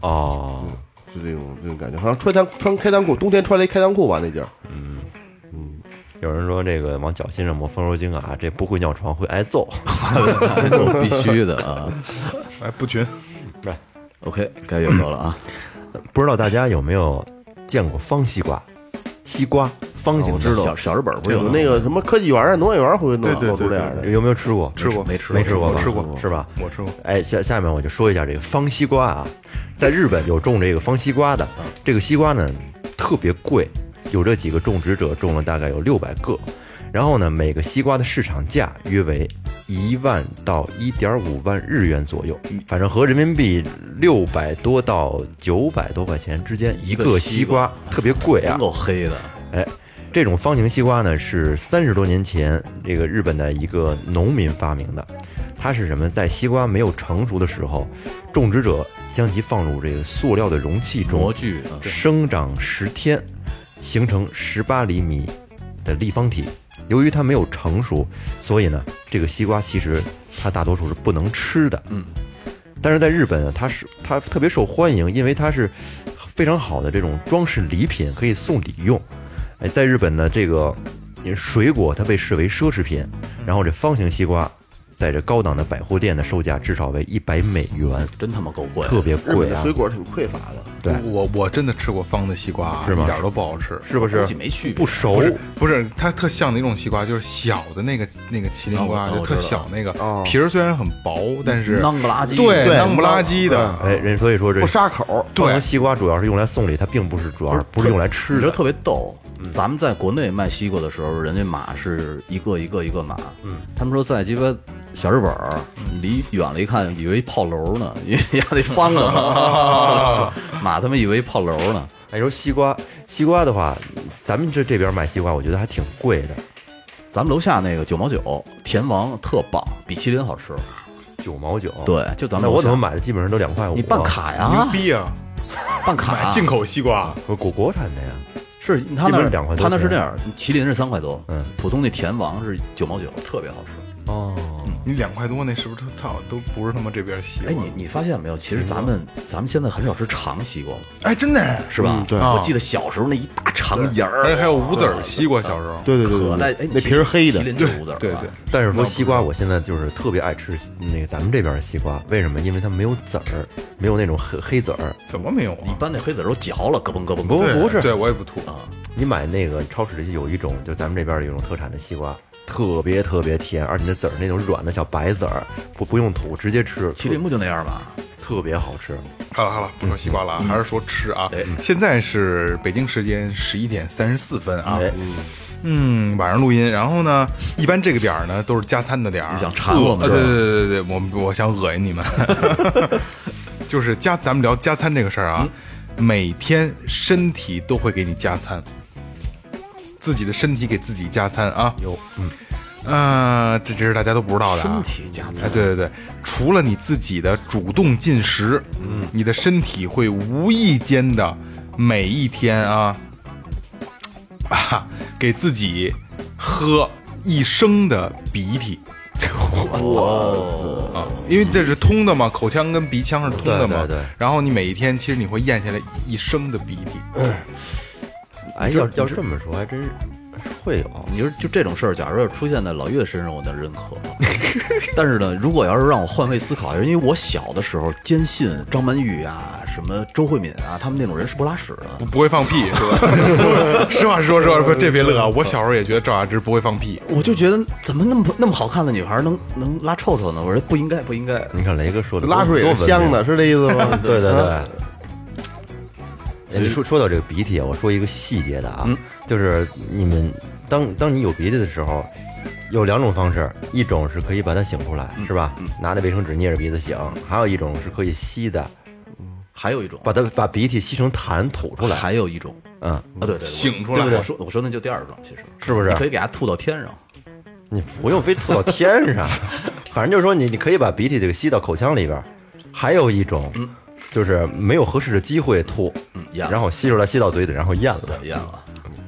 哦，就这种这种感觉，好像穿裆穿开裆裤，冬天穿了一开裆裤吧那件儿，有人说这个往脚心上抹风油精啊，这不会尿床会挨揍。这必须的 啊。哎，不群， OK，该岳哥了啊。 不知道大家有没有见过方西瓜？西瓜方形的，哦小小日本哎不是有有那个什么科技园啊、农业园会弄对对露出对这样的。有没有吃过？吃过没吃过没吃过吧？吃过是吧？我吃过。哎，下下面我就说一下这个方西瓜啊，在日本有种这个方西瓜的，嗯这个西瓜呢特别贵，有这几个种植者种了大概有六百个，然后呢每个西瓜的市场价约为一万到一点五万日元左右，反正合人民币六百多到九百多块钱之间一一个个西西瓜，特别贵啊真。够黑的，嗯哎，这种方形西瓜呢，是三十多年前这个日本的一个农民发明的。它是什么？在西瓜没有成熟的时候，种植者将其放入这个塑料的容器模中，具啊。生长十天，形成十八厘米的立方体。由于它没有成熟，所以呢，这个西瓜其实它大多数是不能吃的。嗯，但是在日本呢，它是它特别受欢迎，因为它是非常好的这种装饰礼品，可以送礼用。哎，在日本呢，这个嗯水果它被视为奢侈品，嗯然后这方形西瓜在这高档的百货店的售价至少为一百美元，真他妈够贵，特别日本贵的啊水！果挺匮乏的，对我我真的吃过方的西瓜，啊是吗哦一点都不好吃。是不是估计没去不熟不？是不是，它特像那种西瓜，就是小的那个那个麒麟瓜，哦我就特我知道小那个哦，皮儿虽然很薄，但是囔不拉几。对对囔不拉几的，哎，人所以说这不沙口，方对形西瓜主要是用来送礼，它并不是主要不是用来吃你知道的。嗯特别逗，咱们在国内卖西瓜的时候，人家码是一个一个一个码，嗯，他们说在鸡巴小日本儿，嗯离远了一看，以为炮楼呢， 因为丫得翻了， 码他妈以为炮楼呢，哎，说西瓜，西瓜的话，咱们这这边买西瓜，我觉得还挺贵的，咱们楼下那个九毛九甜王特棒，比麒麟好吃，九毛九。，对，就咱们那我楼怎下么？买的基本上都两块五啊。你办卡牛呀，逼啊！办卡买进口西瓜，我国国产的呀。是他基那本儿两块多他那是钱这样，麒麟是三块多，嗯，普通那甜王是九毛九，特别好吃。哦，你两块多那是不是操都不是他妈这边嗯西瓜？哎，你你发现没有？其实咱们咱们现在很少吃长西瓜了，哎真的，是吧？嗯对我记得小时候那一大长叶儿，而且啊哎还有无籽儿西瓜，小时候对对对可对带对，哎，那皮儿黑的麒麟就是无籽儿，对是吧对，但是说西瓜，我现在就是特别爱吃那个咱们这边的西瓜，为什么？因为它没有籽儿，没有那种黑黑籽儿。怎么没有一啊？般那黑籽儿都嚼了，咯嘣咯嘣。不对不是对我也不吐，你买那个超市里有一种，就是咱们这边有一种特产的西瓜，特别特别甜，而且那籽儿那种软的小白籽儿，不不用吐，直接吃，麒麟不就那样吗？特别好吃。好了好了，不说西瓜了，还是说吃啊。现在是北京时间十一点三十四分啊。嗯，晚上录音，然后呢，一般这个点儿呢都是加餐的点儿。你想馋我呃们对是吧对对对对，我们我想恶心你们。 就是加，咱们聊加餐这个事儿啊，每天身体都会给你加餐，自己的身体给自己加餐啊。有，嗯，呃，这这是大家都不知道的啊。身体加餐哎，对对对，除了你自己的主动进食，嗯，你的身体会无意间的每一天啊， 啊，给自己喝一升的鼻涕。我操啊！因为这是通的嘛，口腔跟鼻腔是通的嘛。对对对然后你每一天，其实你会咽下来一升的鼻涕。哎，要要这么说，还真是会有。你说就这种事儿，假如要出现在老岳身上，我能认可吗？ 但是呢，如果要是让我换位思考一下，因为我小的时候坚信张曼玉啊、什么周慧敏啊，他们那种人是不拉屎的。不不会放屁 是吧？实话实说，实话实说，这别乐啊！我小时候也觉得赵雅芝不会放屁， 我就觉得怎么那么那么好看的女孩能能拉臭臭呢？我说不应该，不应该。你看雷哥说的拉出来也是香的。的，是这啊意思吗 ？对对对。哎说说到这个鼻涕啊，我说一个细节的嗯啊，就是你们当当你有鼻涕的时候，有两种方式，一种是可以把它擤出来，嗯是吧？拿那卫生纸捏着鼻子擤，还有一种是可以吸的，还有一种，把它把鼻涕吸成痰吐出来，还有一种嗯，啊，对对，醒出来。来我说我说那就第二种，其实是不是你可以给它吐到天上。你不用非吐到天上， 反正就是说你你可以把鼻涕这个吸到口腔里边儿，还有一种。就是没有合适的机会吐，咽了然后吸出来吸到嘴里，然后咽了。对，咽了。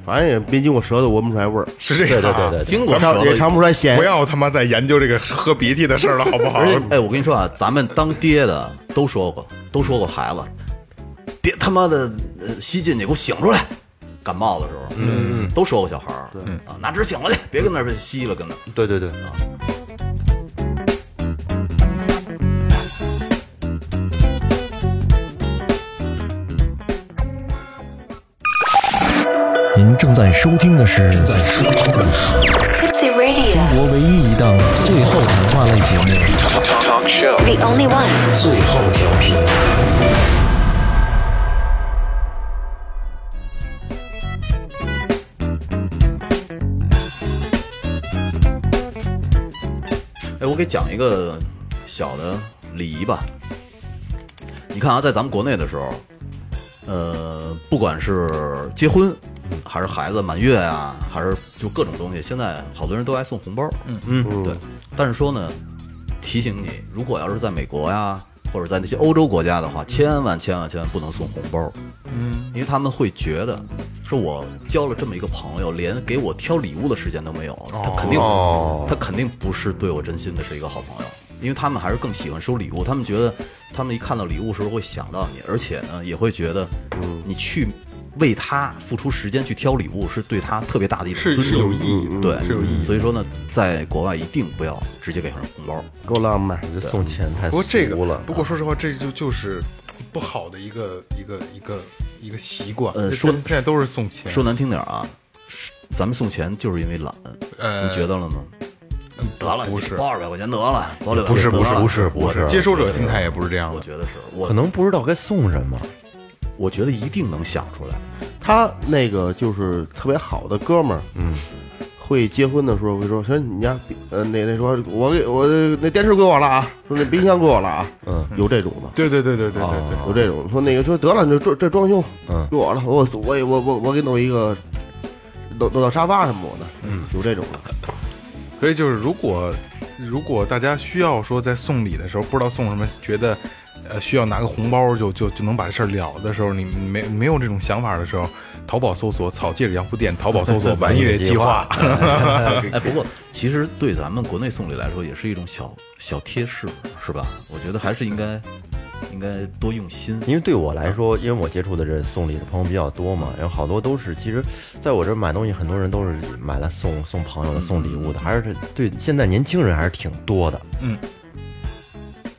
反正也没经过舌头，闻不出来味儿，是这对个对啊。对对对，经过舌尝也头尝不出来咸不。要他妈再研究这个喝鼻涕的事儿了，好不好而？且，哎，我跟你说啊，咱们当爹的都说过，都说过孩子，别他妈的呃吸进去，给我醒出来。感冒的时候，嗯，都说过小孩儿，对啊，拿纸醒过去，别跟那儿吸了，跟那儿。对对对。您正在收听的是正在收听的是 Tipsy Radio, 中国唯一一档最后谈话类节目《 the only one. 最后调频》。哎，我给讲一个小的礼仪吧。你看啊，在咱们国内的时候，呃，不管是结婚，还是孩子满月啊，还是就各种东西，现在好多人都爱送红包。嗯嗯，对。但是说呢，提醒你，如果要是在美国呀、或者在那些欧洲国家的话，千万千万千万不能送红包。嗯，因为他们会觉得，说我交了这么一个朋友，连给我挑礼物的时间都没有，他肯定、他肯定不是对我真心的，是一个好朋友。因为他们还是更喜欢收礼物，他们觉得他们一看到礼物时候会想到你，而且呢也会觉得，你去为他付出时间去挑礼物是对他特别大的一种是尊重，是有意义的对，是有意义的所以说呢，在国外一定不要直接给他红包，够浪漫，这送钱太不过这俗个了，不过说实话，这就就是不好的一个一个一个一个习惯。呃这说现在都是送钱，说难听点儿啊，咱们送钱就是因为懒，呃你觉得了吗？得了，不是包二百块钱得了，包六百不是块钱得了不是不是接收者心态也不是这样我的。觉得是我可能不知道该送什么。我觉得一定能想出来，他那个就是特别好的哥们儿，嗯，会结婚的时候会说，行，你家呃那那说，我给我那电视归我了啊，说那冰箱归我了啊，嗯，有这种的。对对对对对对哦对，有这种说那个说得了，你这装这装修，嗯给我了，我我我我我给弄一个，弄弄到沙发什么的，嗯，有这种的，所以就是如果如果大家需要说在送礼的时候不知道送什么，觉得呃需要拿个红包就就就能把这事儿了的时候，你你没没有这种想法的时候，淘宝搜索“草戒指洋服店”，淘宝搜索“玩月计划哎，不过其实对咱们国内送礼来说，也是一种小小贴士，是吧？我觉得还是应该应该多用心。因为对我来说，因为我接触的这送礼的朋友比较多嘛，然后好多都是，其实在我这儿买东西，很多人都是买来送送朋友的、送礼物的，还是对现在年轻人还是挺多的，嗯，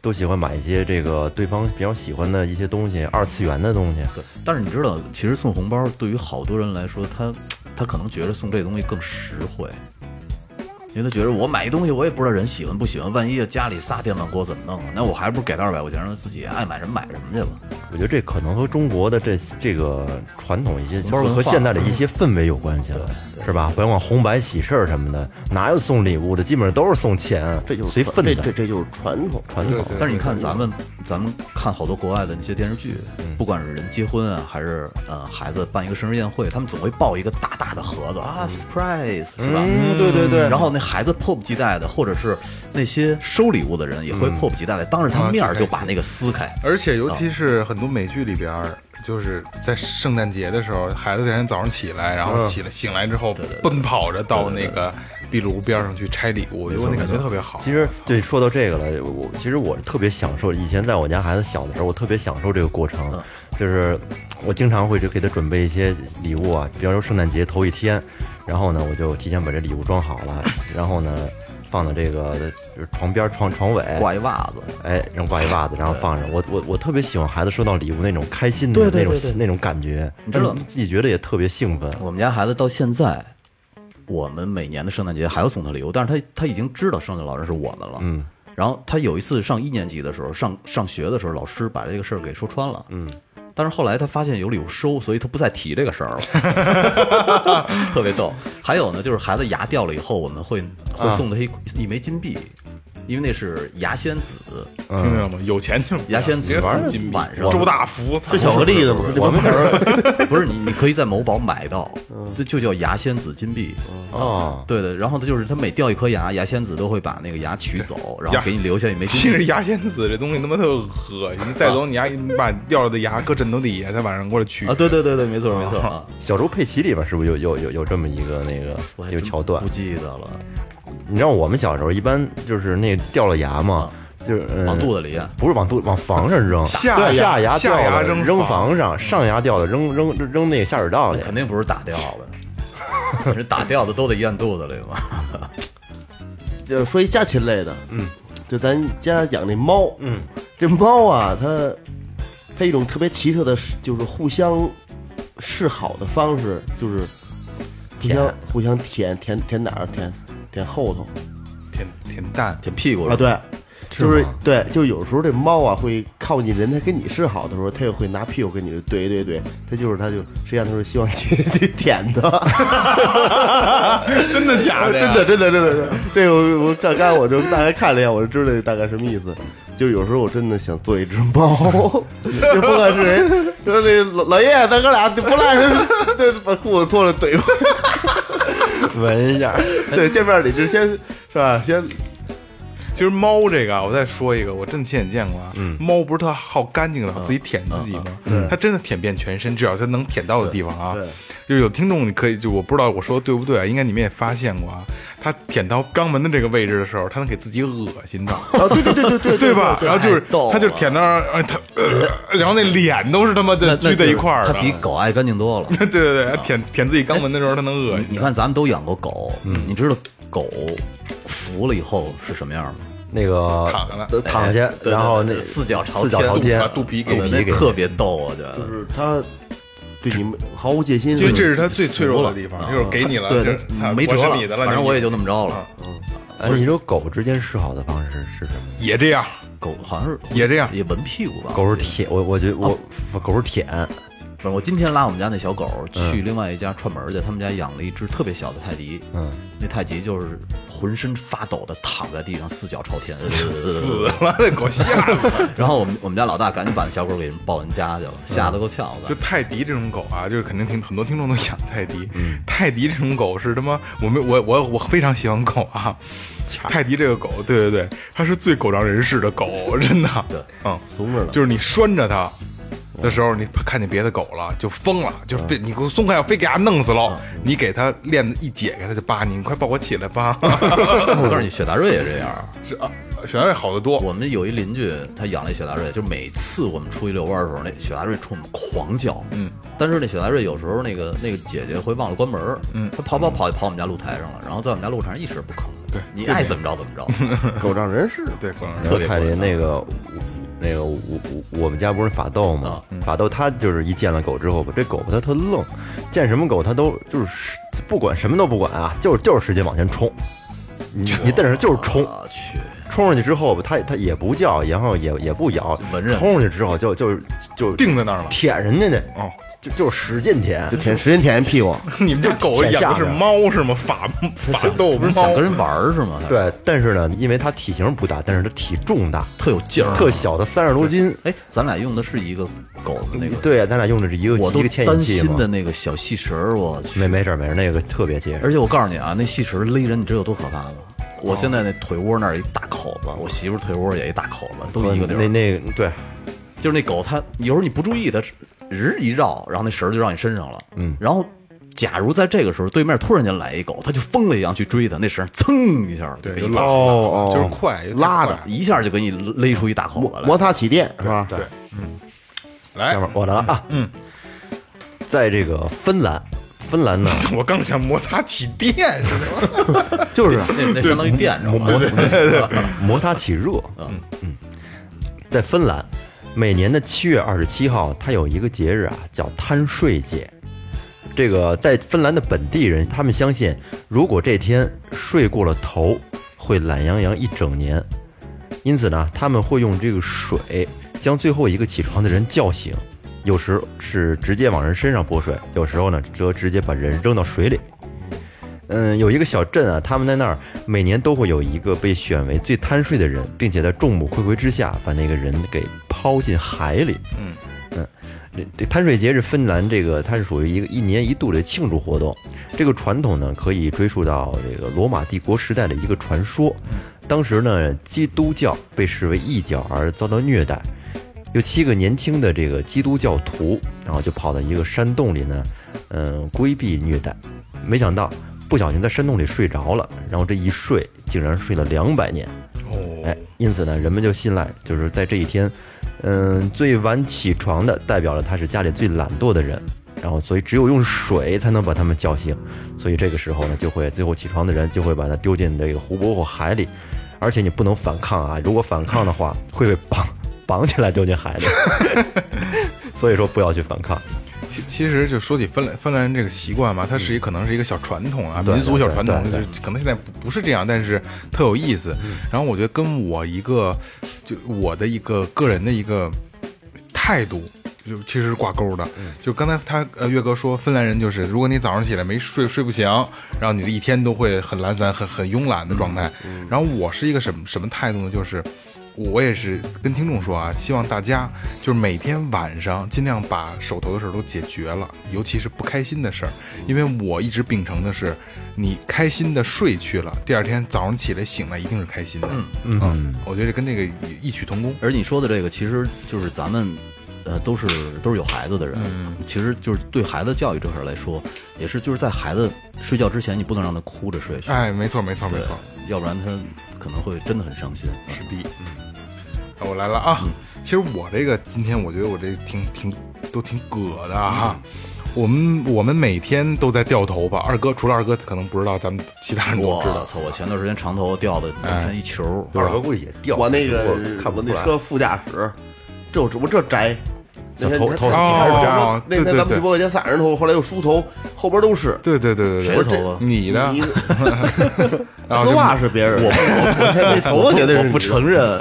都喜欢买一些这个对方比较喜欢的一些东西，二次元的东西，但是你知道，其实送红包对于好多人来说，他他可能觉得送这东西更实惠，因为他觉得我买一东西，我也不知道人喜欢不喜欢，万一家里仨电饭锅怎么弄啊？那我还不如给他二百块钱，让他自己爱买什么买什么去吧。我觉得这可能和中国的这这个传统一些，包文化和现在的一些氛围有关系了，是吧？甭管红白喜事儿什么的，哪有送礼物的？基本上都是送钱，这就是随传份这子。这这就是传统。传统但是你看咱们咱们看好多国外的那些电视剧，不管是人结婚啊，还是呃孩子办一个生日宴会，他们总会抱一个大大的盒子啊，surprise 是吧？嗯，对对对，然后那孩子迫不及待的，或者是那些收礼物的人也会迫不及待的，当着他面儿就把那个撕开。”，而且尤其是很多美剧里边儿，就是在圣诞节的时候，孩子第二天早上起来，然后起来醒来之后，奔跑着到那个壁炉边上去拆礼物，我那感觉特别好。其实对，说到这个了，我其实我特别享受，以前在我家孩子小的时候，我特别享受这个过嗯程，就是我经常会就给他准备一些礼物啊，比方说圣诞节头一天，然后呢，我就提前把这礼物装好 了，然后呢，放到这个就是床边儿床床尾，挂一袜子，哎，然后挂一袜子，然后放上。我我我特别喜欢孩子收到礼物那种开心的对对那对对种那种感觉，你知道但是自己觉得也特别兴奋。我们家孩子到现在，我们每年的圣诞节还要送他礼物，但是他他已经知道圣诞老人是我们了。嗯。然后他有一次上一年级的时候，上上学的时候，老师把这个事儿给说穿了。嗯。但是后来他发现有礼物收，所以他不再提这个事儿了， 特别逗。还有呢，就是孩子牙掉了以后，我们会会送他一、一枚金币，因为那是牙仙子，听见了吗？嗯有钱就牙仙子别玩送儿金币晚，上周大福，吃巧克力的吗？我们小时候不是你你可以在某宝买到，这就叫牙仙子金币。 哦，对的，然后他就是他每掉一颗牙，牙仙子都会把那个牙取走，然后牙给你留下一 枚其金实币。牙仙子这东西他妈特恶心，你带走你牙，你把掉了的牙搁枕头底下，再晚上过来取啊，对对对对，没错没错啊，小猪佩奇里边是不是有有有有这么一个那我个还一个真桥段不？记得了，嗯你知道我们小时候一般就是那掉了牙嘛，就是嗯往肚子里。啊不是往肚往房上扔，下对牙下牙掉下牙了扔扔房房上，上牙掉了扔扔扔扔那个下水道里。肯定不是打掉 的，人打掉的都得咽肚子里嘛。就说一家禽类的，嗯，就咱家养那猫，嗯，这猫啊，它它一种特别奇特的，就是互相示好的方式，就是互相互相舔舔舔哪儿舔舔后头舔舔蛋，舔屁股啊，对，就是是吗对，就有时候这猫啊会靠近人，它跟你示好的时候，它也会拿屁股跟你对一对对，它就是它就实际上它是希望你 去舔它。 真的假的？哦真的，。真的，真的，真的这我我刚刚我就大概看了一眼，我就知道大概什么意思。就有时候我真的想做一只猫，就不管是谁，说那老老爷，咱哥俩不赖人，对，把裤子脱了怼过来，闻一下，对，见面得是先是吧？先其实猫这个啊，我再说一个，我真的亲眼见过啊。猫不是特好干净的，自己舔自己吗？它真的舔遍全身，只要它能舔到的地方啊对对。就是有听众，你可以就我不知道我说的对不对啊，应该你们也发现过啊。它舔到肛门的这个位置的时候，它能给自己恶心到，啊，对对对对对对吧？然后就是太逗了它就是舔到，呃它呃然后那脸都是他妈的那聚在一块儿他的。比狗爱干净多了。 对对对，舔舔自己肛门的时候，它能恶你心。看咱们都养过狗，嗯你知道狗服了以后是什么样吗？那个躺下了呃躺下，对对然后那对四脚朝四脚朝天天，把肚皮给肚对皮那给特别逗，我觉得。就是它对你们毫无戒心，因为这是是它最脆弱的地服方，了就是给你了，对，就是对操没辙我了是你啊的，了，反正我也就就那么着了。哎，你说狗之间示好的方式是什么？也这样。狗好像是也这样也闻屁股吧？狗是舔，我我觉得我狗是舔，是我今天拉我们家那小狗去另外一家串门儿去，他们家养了一只特别小的泰迪，嗯，那泰迪就是浑身发抖的躺在地上，四脚朝天，死了，那狗吓的。 然后我们我们家老大赶紧把那小狗给人抱人家去了，吓得够呛就的。泰迪这种狗啊，就是肯定听很多听众都养泰迪。泰迪这种狗是他妈，我们我我我非常喜欢狗啊。泰迪这个狗，对对对，它是最狗仗人势的狗，真的。对，嗯，怂着了，就是你拴着它，的时候，你看见别的狗了就疯了，就是被你给我松开，我非给它弄死喽！你给它链子一解开，它就扒你，你快抱我起来吧！我告诉你，雪达瑞也这样。是啊，雪纳瑞好得多。我们有一邻居，他养了一雪达瑞，就每次我们出去遛弯的时候，那雪达瑞冲我们狂叫。嗯，但是那雪达瑞有时候那个那个姐姐会忘了关门，嗯，她跑跑跑就跑我们家露台上了，然后在我们家露台上一声不吭。对你爱怎么着怎么着。狗仗人势，对，狗然后太爷那个那个我我我们家不是法斗吗？嗯法斗他就是一见了狗之后吧，这狗它特愣，见什么狗它都就是不管什么都不管啊，就是就是使劲往前冲，你你瞪着就是冲。我啊去，冲上去之后吧，它它也不叫，然后也也不咬，闻着冲上去之后就就就定在那儿了。舔人家去，哦，就就使劲舔，就舔时间舔屁股， 你们家狗舔养下的是边猫是吗？法法斗不是猫想跟人玩儿是吗？，对，但是呢，因为它体型不大，但是它体重大，特有劲儿。啊特小的三十多斤。哎，咱俩用的是一个狗的那个，对啊，咱俩用的是一个我一都个牵担引器心嘛的。那个小细绳儿，我去。没没事儿没事儿，那个特别结实。而且我告诉你啊，那细绳勒人，你知道有多可怕吗？我现在那腿窝那儿一大口子，我媳妇儿腿窝也一大口子，都一个地那儿。那对，就是那狗，它有时候你不注意，它日一绕，然后那绳儿就绕你身上了。嗯，然后假如在这个时候对面突然间来一狗，它就疯了一样去追它，那绳儿噌一下，对，给就你拉拉，哦哦就是快拉的的。一下就给你勒出一大口子来。摩擦起电是吧？对，来要，不我来了啊。嗯，在这个芬兰，芬兰呢 我刚想摩擦起电，是吧就是啊那那相当于电着摩了。摩擦起热，嗯嗯，在芬兰，每年的七月二十七号，它有一个节日啊，叫贪睡节。这个在芬兰的本地人，他们相信，如果这天睡过了头，会懒洋洋一整年。因此呢，他们会用这个水将最后一个起床的人叫醒，有时是直接往人身上泼水，有时候呢，则直接把人扔到水里。嗯，有一个小镇啊，他们在那儿每年都会有一个被选为最贪睡的人，并且在众目睽睽之下把那个人给抛进海里。嗯嗯，这这贪睡节是芬兰这个，它是属于一个一年一度的庆祝活动。这个传统呢，可以追溯到这个罗马帝国时代的一个传说。当时呢，基督教被视为异教而遭到虐待，有七个年轻的这个基督教徒，然后就跑到一个山洞里呢，嗯，规避虐待。没想到不小心在山洞里睡着了，然后这一睡竟然睡了两百年。哦，哎，因此呢，人们就信赖，就是在这一天，嗯，最晚起床的代表了他是家里最懒惰的人，然后所以只有用水才能把他们叫醒，所以这个时候呢，就会最后起床的人就会把他丢进这个湖泊或海里，而且你不能反抗啊，如果反抗的话会被绑绑起来丢进 海里，所以说不要去反抗。其其实就说起芬兰芬兰人这个习惯嘛，它是一可能是一个小传统啊，嗯对民俗小传统，对就对嗯是可能现在不不是这样，但是特有意思。然后我觉得跟我一个就我的一个个人的一个态度。就其实是挂钩的，嗯就刚才他呃岳哥说芬兰人就是，如果你早上起来没睡睡不醒，然后你的一天都会很懒散、很很慵懒的状态。嗯然后我是一个什么什么态度呢？就是我也是跟听众说啊，希望大家就是每天晚上尽量把手头的事儿都解决了，尤其是不开心的事儿。因为我一直秉承的是，你开心的睡去了，第二天早上起来醒来一定是开心的。嗯嗯，我觉得这跟这个异曲同工。而你说的这个，其实就是咱们，呃，都是都是有孩子的人，嗯其实就是对孩子教育这事儿来说，也是就是在孩子睡觉之前，你不能让他哭着睡去，哎，没错，没错，没对错。，要不然他可能会真的很 伤心。是第一，那我来了啊。其实我这个今天，我觉得我这挺挺都挺葛的啊。我们我们每天都在掉头发，二哥除了二哥可能不知道，咱们其他人都我知道。哎操！我前段时间长头发掉的满身一球，二哥估计也掉，我那个我看不出我那来。车副驾驶，这我这我这摘，那天头你还头你哦还说哦那对天对咱们对直播间散人头，后来又梳头，后边都是。对对对对谁的对，头发？你的你然后丝就袜是别人的，我我那头发绝对是我你不的承认，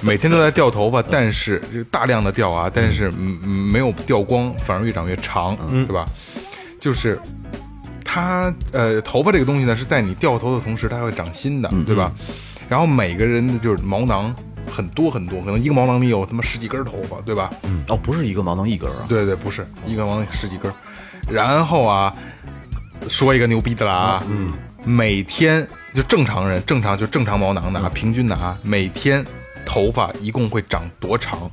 每天都在掉头发，但是就大量的掉啊，但是嗯嗯没有掉光，反而越长越长，对吧？就是它呃，头发这个东西呢，是在你掉头的同时，它还会长新的，对吧？然后每个人的就是毛囊很多很多，可能一个毛囊里有他妈十几根头发，对吧？哦，不是一个毛囊一根儿啊，对对，不是一个毛囊十几根儿。然后啊，说一个牛逼的啦啊，嗯，每天就正常人正常就正常毛囊的啊，平均的啊，每天头发一共会长多长？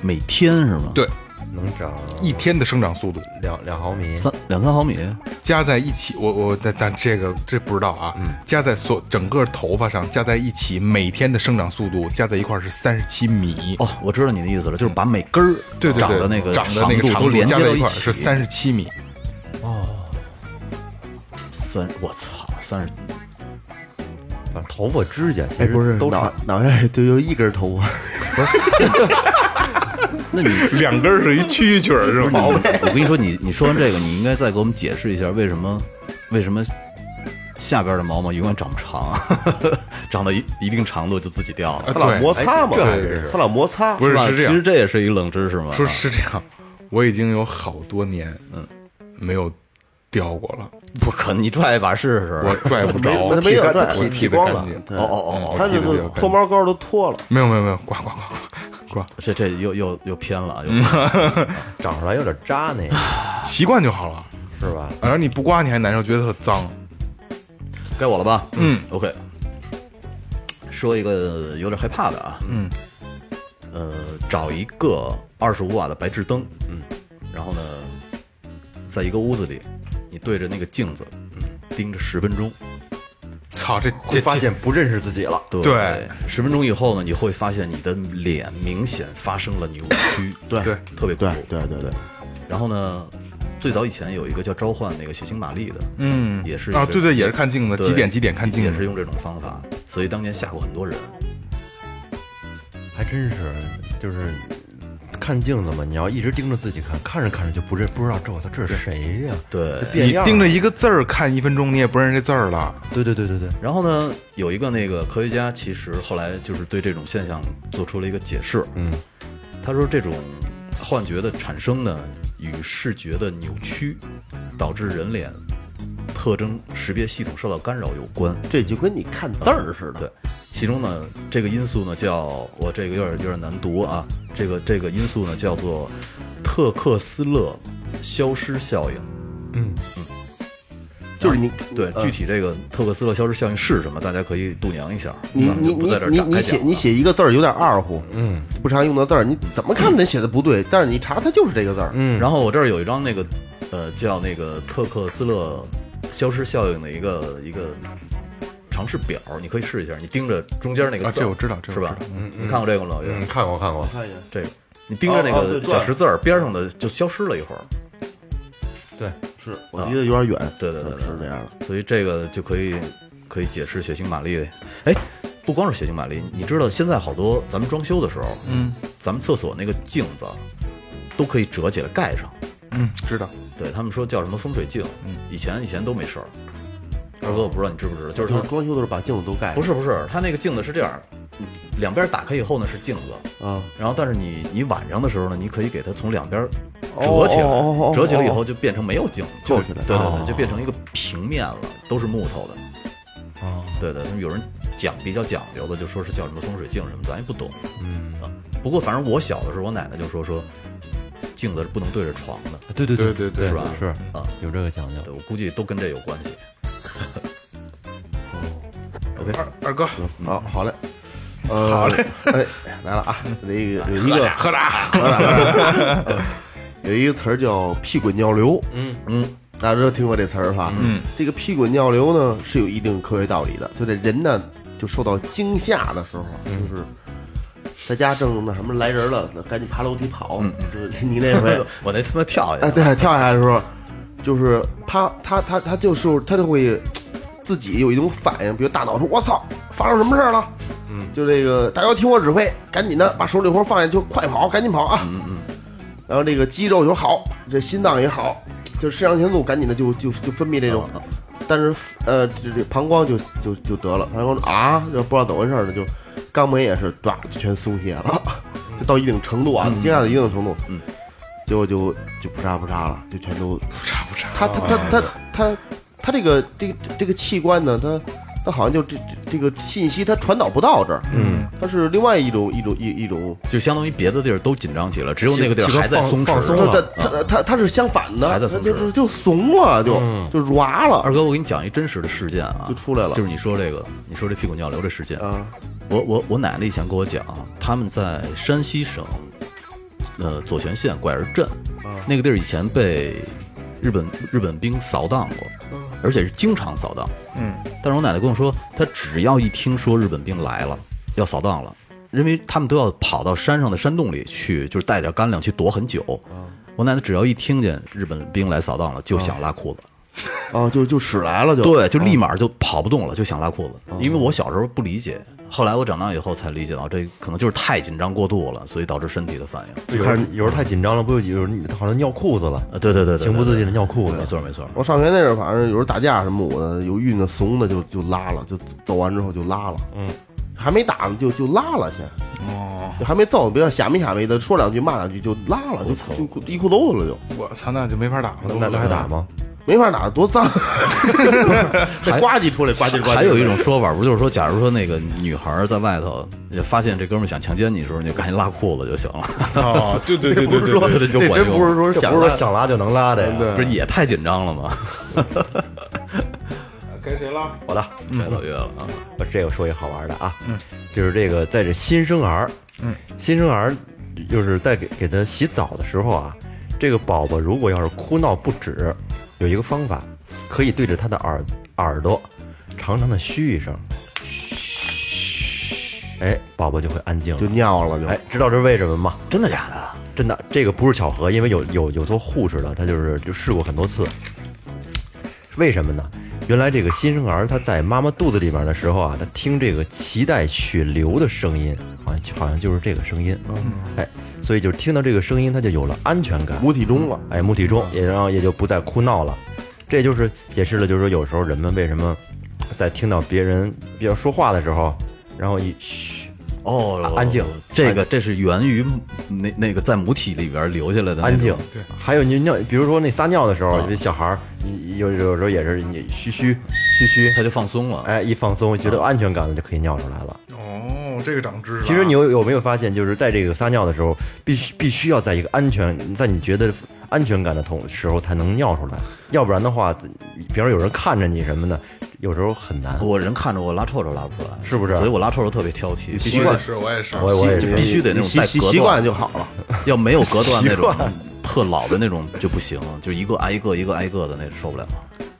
每天是吗？对，能长一天的生长速度两两毫 米，三两三毫米，加在一起，我我但但这个这不知道啊，加在所整个头发上加在一起，每天的生长速度加在一块儿是三十七米。哦，我知道你的意思了，就是把每根儿对对长对，的那个长的那个度都连接加到在块儿起，是三十七米，三，我操，三十，啊头发指甲其哎，实不是，都脑长，脑袋就就一根头发，那你两根儿是一蛐蛐儿是不是 你吗？ 我跟你说，你你说完这个，你应该再给我们解释一下为什么为什么下边的毛毛永远长不长，啊 长到一一定长度就自己掉啊了。他老对，摩擦嘛，这还真是他老摩擦，不是吧是这其实样，这也是一个冷知识嘛。说是这样，我已经有好多年嗯没有掉过了，不可能，你拽一把试试。我拽不着，他没有剃干拽我剃剃的光干了净。对哦哦哦嗯哦，他剃那得比较个干净脱毛膏都脱了，没有没有没有，刮刮刮刮刮，这这又又又偏了， 又偏了长出来有点扎 那个，习惯就好了。是吧？然后你不刮你还难受，觉得特脏。该我了吧？嗯，OK。说一个有点害怕的啊，嗯，呃，找一个二十五瓦的白炽灯，嗯，然后呢，在一个屋子里，你对着那个镜子，嗯，盯着十分钟，操，这会这发现不认识自己了，对对十分钟以后呢，你会发现你的脸明显发生了扭曲，对对特别恐怖，对对对对。然后呢，最早以前有一个叫召唤那个血腥玛丽的，嗯也是啊，一个对对，也是看镜子，对几点几点看也镜是子。用这种方法，所以当年吓过很多人。还真是，就是嗯看镜子嘛，你要一直盯着自己看，看着看着就不认不知道这我操这是谁呀、对就变你样了盯着一个字儿看一分钟，你也不认识这字儿了。对对对对对，然后呢，有一个那个科学家，其实后来就是对这种现象做出了一个解释。嗯，他说这种幻觉的产生呢，与视觉的扭曲导致人脸特征识别系统受到干扰有关。这就跟你看字儿似的对。，其中呢，这个因素呢叫我这个有点有点难读啊，这个这个因素呢叫做特克斯勒消失效应。就是你对，具体这个特克斯勒消失效应是什么，大家可以度娘一下，你咱们你就不你在这儿你展你开讲写了。啊你写一个字儿有点二乎，嗯，不常用的字儿，你怎么看它写的不对，但是你一查它就是这个字儿，嗯，然后我这儿有一张那个，呃，叫那个特克斯勒消失效应的一个一个尝试表，你可以试一下。你盯着中间那个啊字，这我知道这我是吧知？嗯，你看过这个吗，老岳？嗯，看过看过，这个，你盯着那哦哦对个对小石字儿边上的就消失了一会儿。是我离得有点远，对对对对是这样的。所以这个就可以可以解释血腥玛丽。哎，不光是血腥玛丽，你知道现在好多咱们装修的时候，嗯，咱们厕所那个镜子都可以折起来盖上。嗯，知道。对他们说叫什么风水镜，以前以前都没事儿。二哥，我不知道你知不知道，就是就是它装修的时候把镜子都盖不上是不是，它那个镜子是这样，嗯两边打开以后呢是镜子，啊，然后但是你你晚上的时候呢，你可以给它从两边折起来，哦哦哦哦折起来以后就变成没有镜子，扣就起来对对对，就变成一个平面了，都是木头的。哦，对对，有人讲比较讲究的，就说是叫什么风水镜什么，咱也不懂。嗯啊，不过反正我小的时候，我奶奶就说说镜子是不能对着床的。对对对对对对是吧是啊有这个讲究。对，我估计都跟这有关系。OK，二二哥，好，好嘞，嗯好嘞，哎，来了啊，那个有一 个喝啊啥？呃有一个词儿叫屁滚尿流，嗯嗯，大家都听过这词儿吧？嗯，这个屁滚尿流呢是有一定科学道理的，就这人呢就受到惊吓的时候，啊就是在家正那什么来人了，那赶紧爬楼梯跑，就是 你那回 我那他妈跳下哎，去，对，跳下来的时候，就是他他他他就是他就会自己有一种反应，比如大脑说“我操，发生什么事儿了”，嗯，就这个大家听我指挥，赶紧的把手里活放下就快跑，赶紧跑啊！嗯嗯。然后这个肌肉就好，这心脏也好，就肾上腺素赶紧的就就就分泌这种，但是呃这这膀胱就就就得了，膀胱啊就不知道怎么回事儿了，就肛门也是唰就全松懈了，就到一定程度啊，惊讶到一定程度，嗯，结果就就不扎不扎了，就全都不差不差。他他他他他他这个这个这个器官呢，他他好像就这这这个信息它传导不到这儿，嗯，它是另外一种一种一一种，就相当于别的地儿都紧张起来，只有那个地儿气氛还在放松弛。啊放松它了它它它它是相反的，还在它松就弛就就怂了，就就软了，二哥，我给你讲一真实的事件啊，就出来了就是你说这个，你说这屁股尿流这事件，啊啊我我我奶奶以前跟我讲，他们在山西省呃左权县拐儿镇，啊那个地儿以前被日本日本兵扫荡过，嗯而且是经常扫荡。嗯，但是我奶奶跟我说，她只要一听说日本兵来了，要扫荡了，因为他们都要跑到山上的山洞里去，就是带点干粮去躲很久。啊我奶奶只要一听见日本兵来扫荡了，就想拉裤子。哦，就就使来了就，对，就嗯立马就跑不动了，就想拉裤子。因为我小时候不理解，后来我长大以后才理解到，这可能就是太紧张过度了，所以导致身体的反应。有时候有时候太紧张了，不有有时候你好像尿裤子了，呃，对对对对，对情不自禁的尿裤没子。错没错。我上学那阵儿，反正有时候打架什么，我的有遇那怂的就就拉了，就揍完之后就拉了，嗯，还没打呢就就拉了先，哦，就还没揍，别瞎没瞎没的，说两句骂两句就拉了，就就裤一裤兜子了就，我操，那就没法打了。那那还打吗？没法打，多脏，得呱唧出来，呱唧呱唧。还有一种说法，不就是说，假如说那个女孩在外头也发现这哥们儿想强奸你的时候，你就赶紧拉裤子就行了，啊，对对对 对对说，对这对就真管用不是说这想不是说拉想拉就能拉的呀。不是也太紧张了吗？该谁了？好的， 太老岳了啊！我这个说一好玩的啊，就是这个在这新生儿，嗯，新生儿就是在给给他洗澡的时候啊，这个宝宝如果要是哭闹不止，有一个方法，可以对着他的耳耳朵长长的嘘一声，嘘，哎，宝宝就会安静就了。尿了就，哎，知道这是为什么吗？真的假的？真的，这个不是巧合，因为有有有做护士的，他就是就试过很多次。为什么呢？原来这个新生儿他在妈妈肚子里面的时候啊，他听这个脐带血流的声音，好像好像就是这个声音，哎，所以就听到这个声音，他就有了安全感，母体中了，哎，母体中也然后也就不再哭闹了。这就是解释了，就是说有时候人们为什么在听到别人比较说话的时候，然后一嘘，哦，安静这个这是源于那那个在母体里边留下来的那种安静。还有你尿，比如说那撒尿的时候，有些小孩儿啊你有有时候也是你嘘嘘嘘嘘，他就放松了。哎，一放松觉得有安全感了，就可以尿出来了。哦，这个长知识了啊。其实你有有没有发现，就是在这个撒尿的时候，必须必须要在一个安全，在你觉得安全感的同时候才能尿出来，要不然的话，比方说有人看着你什么的，有时候很难。我人看着我拉臭臭拉不出来，是不是所以我拉臭臭特别挑剔，必须我得也是，我也是。我我也就是必须得那你种习带习隔断习惯就好了。要没有隔断那种特老的那种就不行，就一个挨一个，一个挨一个的那受不了。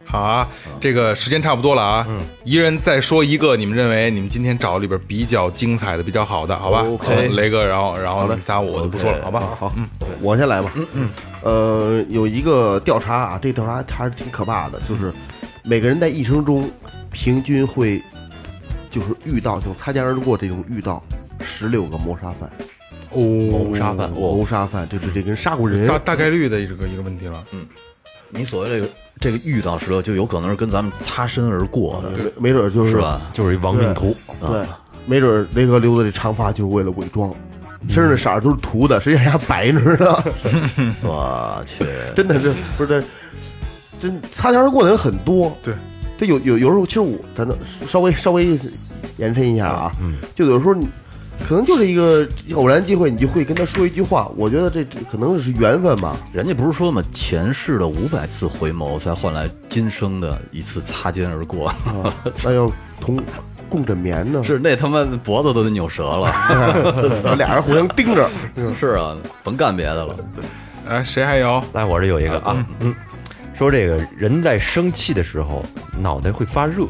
好啊，这个时间差不多了啊，一人再说一个，你们认为你们今天找里边比较精彩的、比较好的，好吧 OK 嗯雷哥，然后然后你们仨我就不说了，啊 OK 好吧？好，我先来吧。嗯嗯，呃，有一个调查啊，这个调查还是挺可怕的，就是每个人在一生中平均会就是遇到就擦肩而过这种遇到十六个谋杀犯，哦，杀犯谋杀犯就是这跟杀过人大大概率的一个一个问题了，你所谓这个这个遇到时候，就有可能是跟咱们擦身而过的，没没准儿就是是吧？就是一亡命徒，对，没准儿雷哥留的这长发就是为了伪装，身上的色儿都是涂的，谁让人家白着呢？嗯我去，真的是不是这真擦肩而过的人很多。对，这有有有时候，其实我咱能稍微稍微延伸一下啊，嗯，就有时候你可能就是一个偶然机会，你就会跟他说一句话。我觉得这这可能是缘分吧。人家不是说嘛，前世的五百次回眸，才换来今生的一次擦肩而过。 那要同共枕眠呢，是那他妈脖子都得扭折了。俩人互相盯着。 是啊，甭干别的了。哎，谁还有？来，我这有一个啊，嗯，说这个人在生气的时候，脑袋会发热。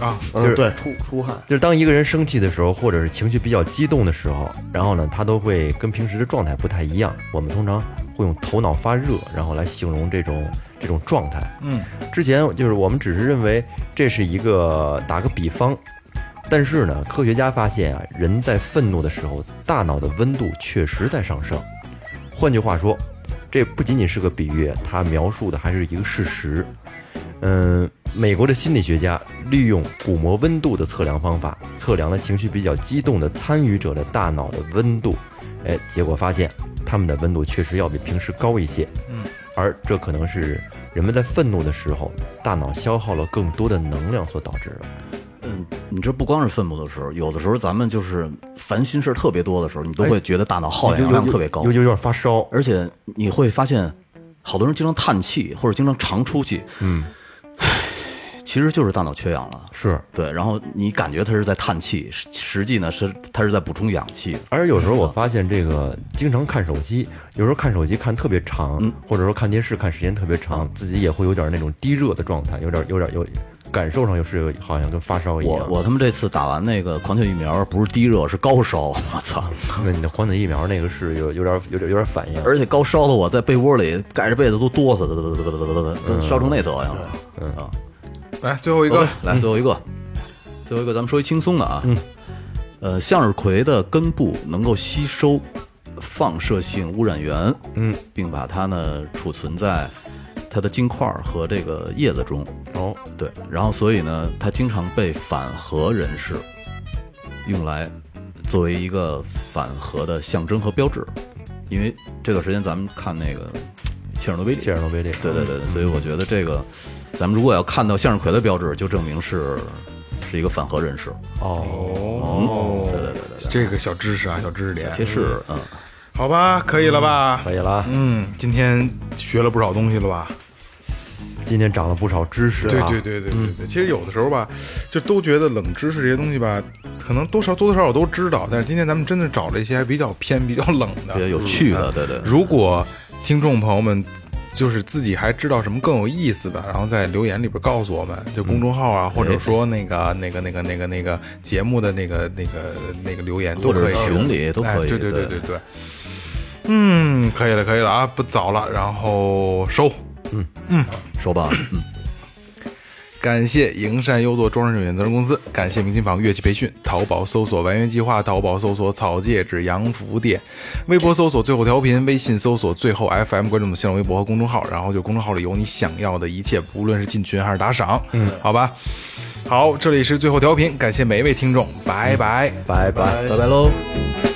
啊，就嗯，是对，出出汗。就是当一个人生气的时候，或者是情绪比较激动的时候，然后呢，他都会跟平时的状态不太一样。我们通常会用头脑发热，然后来形容这种这种状态。嗯，之前就是我们只是认为这是一个打个比方，但是呢，科学家发现啊，人在愤怒的时候，大脑的温度确实在上升。换句话说，这不仅仅是个比喻，它描述的还是一个事实。嗯，美国的心理学家利用鼓膜温度的测量方法，测量了情绪比较激动的参与者的大脑的温度。哎，结果发现他们的温度确实要比平时高一些。嗯，而这可能是人们在愤怒的时候，大脑消耗了更多的能量所导致的。嗯，你这不光是愤怒的时候，有的时候咱们就是烦心事儿特别多的时候，你都会觉得大脑耗氧量特别高尤，其哦有点发烧。而且你会发现，好多人经常叹气或者经常长出气。嗯，其实就是大脑缺氧了。是，对，然后你感觉它是在叹气，实实际呢是它是在补充氧气。而有时候我发现这个经常看手机，有时候看手机看特别长，嗯或者说看电视看时间特别长，自己也会有点那种低热的状态，有点有点有感受上又是有好像跟发烧一我样。我他妈这次打完那个狂犬疫苗，不是低热是高烧，我操！那你的狂犬疫苗那个是有有点有点有点反应，而且高烧的我在被窝里盖着被子都哆嗦，哆哆哆哆哆哆哆，烧成那德行了。啊，来最后一 OK，个，来最后一个，最后一个咱们说一轻松的啊。嗯。呃，向日葵的根部能够吸收放射性污染源，嗯，并把它呢储存在它的茎块儿和这个叶子中。哦，对，然后所以呢，它经常被反核人士用来作为一个反核的象征和标志，因为这段时间咱们看那个切尔诺贝利，切尔诺贝利，对对对，对所以我觉得这个，咱们如果要看到向日葵的标志，就证明是是一个反核人士。哦，对对对对，这个小知识啊，小知识点，贴士，嗯，好吧，可以了吧？可以了啊。嗯，今天学了不少东西了吧？今天长了不少知识对啊，对对对对对，其实有的时候吧，就都觉得冷知识这些东西吧，可能多少多多少少都知道，但是今天咱们真的找了一些还比较偏、比较冷的嗯比较。有趣的，嗯对对。如果听众朋友们就是自己还知道什么更有意思的，然后在留言里边告诉我们，就公众号嗯啊，哎或者说那个那个那个那个那个节目的那个那个那个留言都或者可以，群里都哎可以对对对对对对。嗯，可以了，可以了啊，不早了，然后收。说吧，嗯，感谢营山优作装饰有限责任公司，感谢明琴坊乐器培训，淘宝搜索“完园计划”，淘宝搜索“草戒指洋服店”，微博搜索“最后调频”，微信搜索“最后 FM”，关注我们新浪微博和公众号，然后就公众号里有你想要的一切，不论是进群还是打赏，嗯，好吧。好，这里是最后调频，感谢每一位听众，拜拜。拜拜。拜拜喽。拜拜。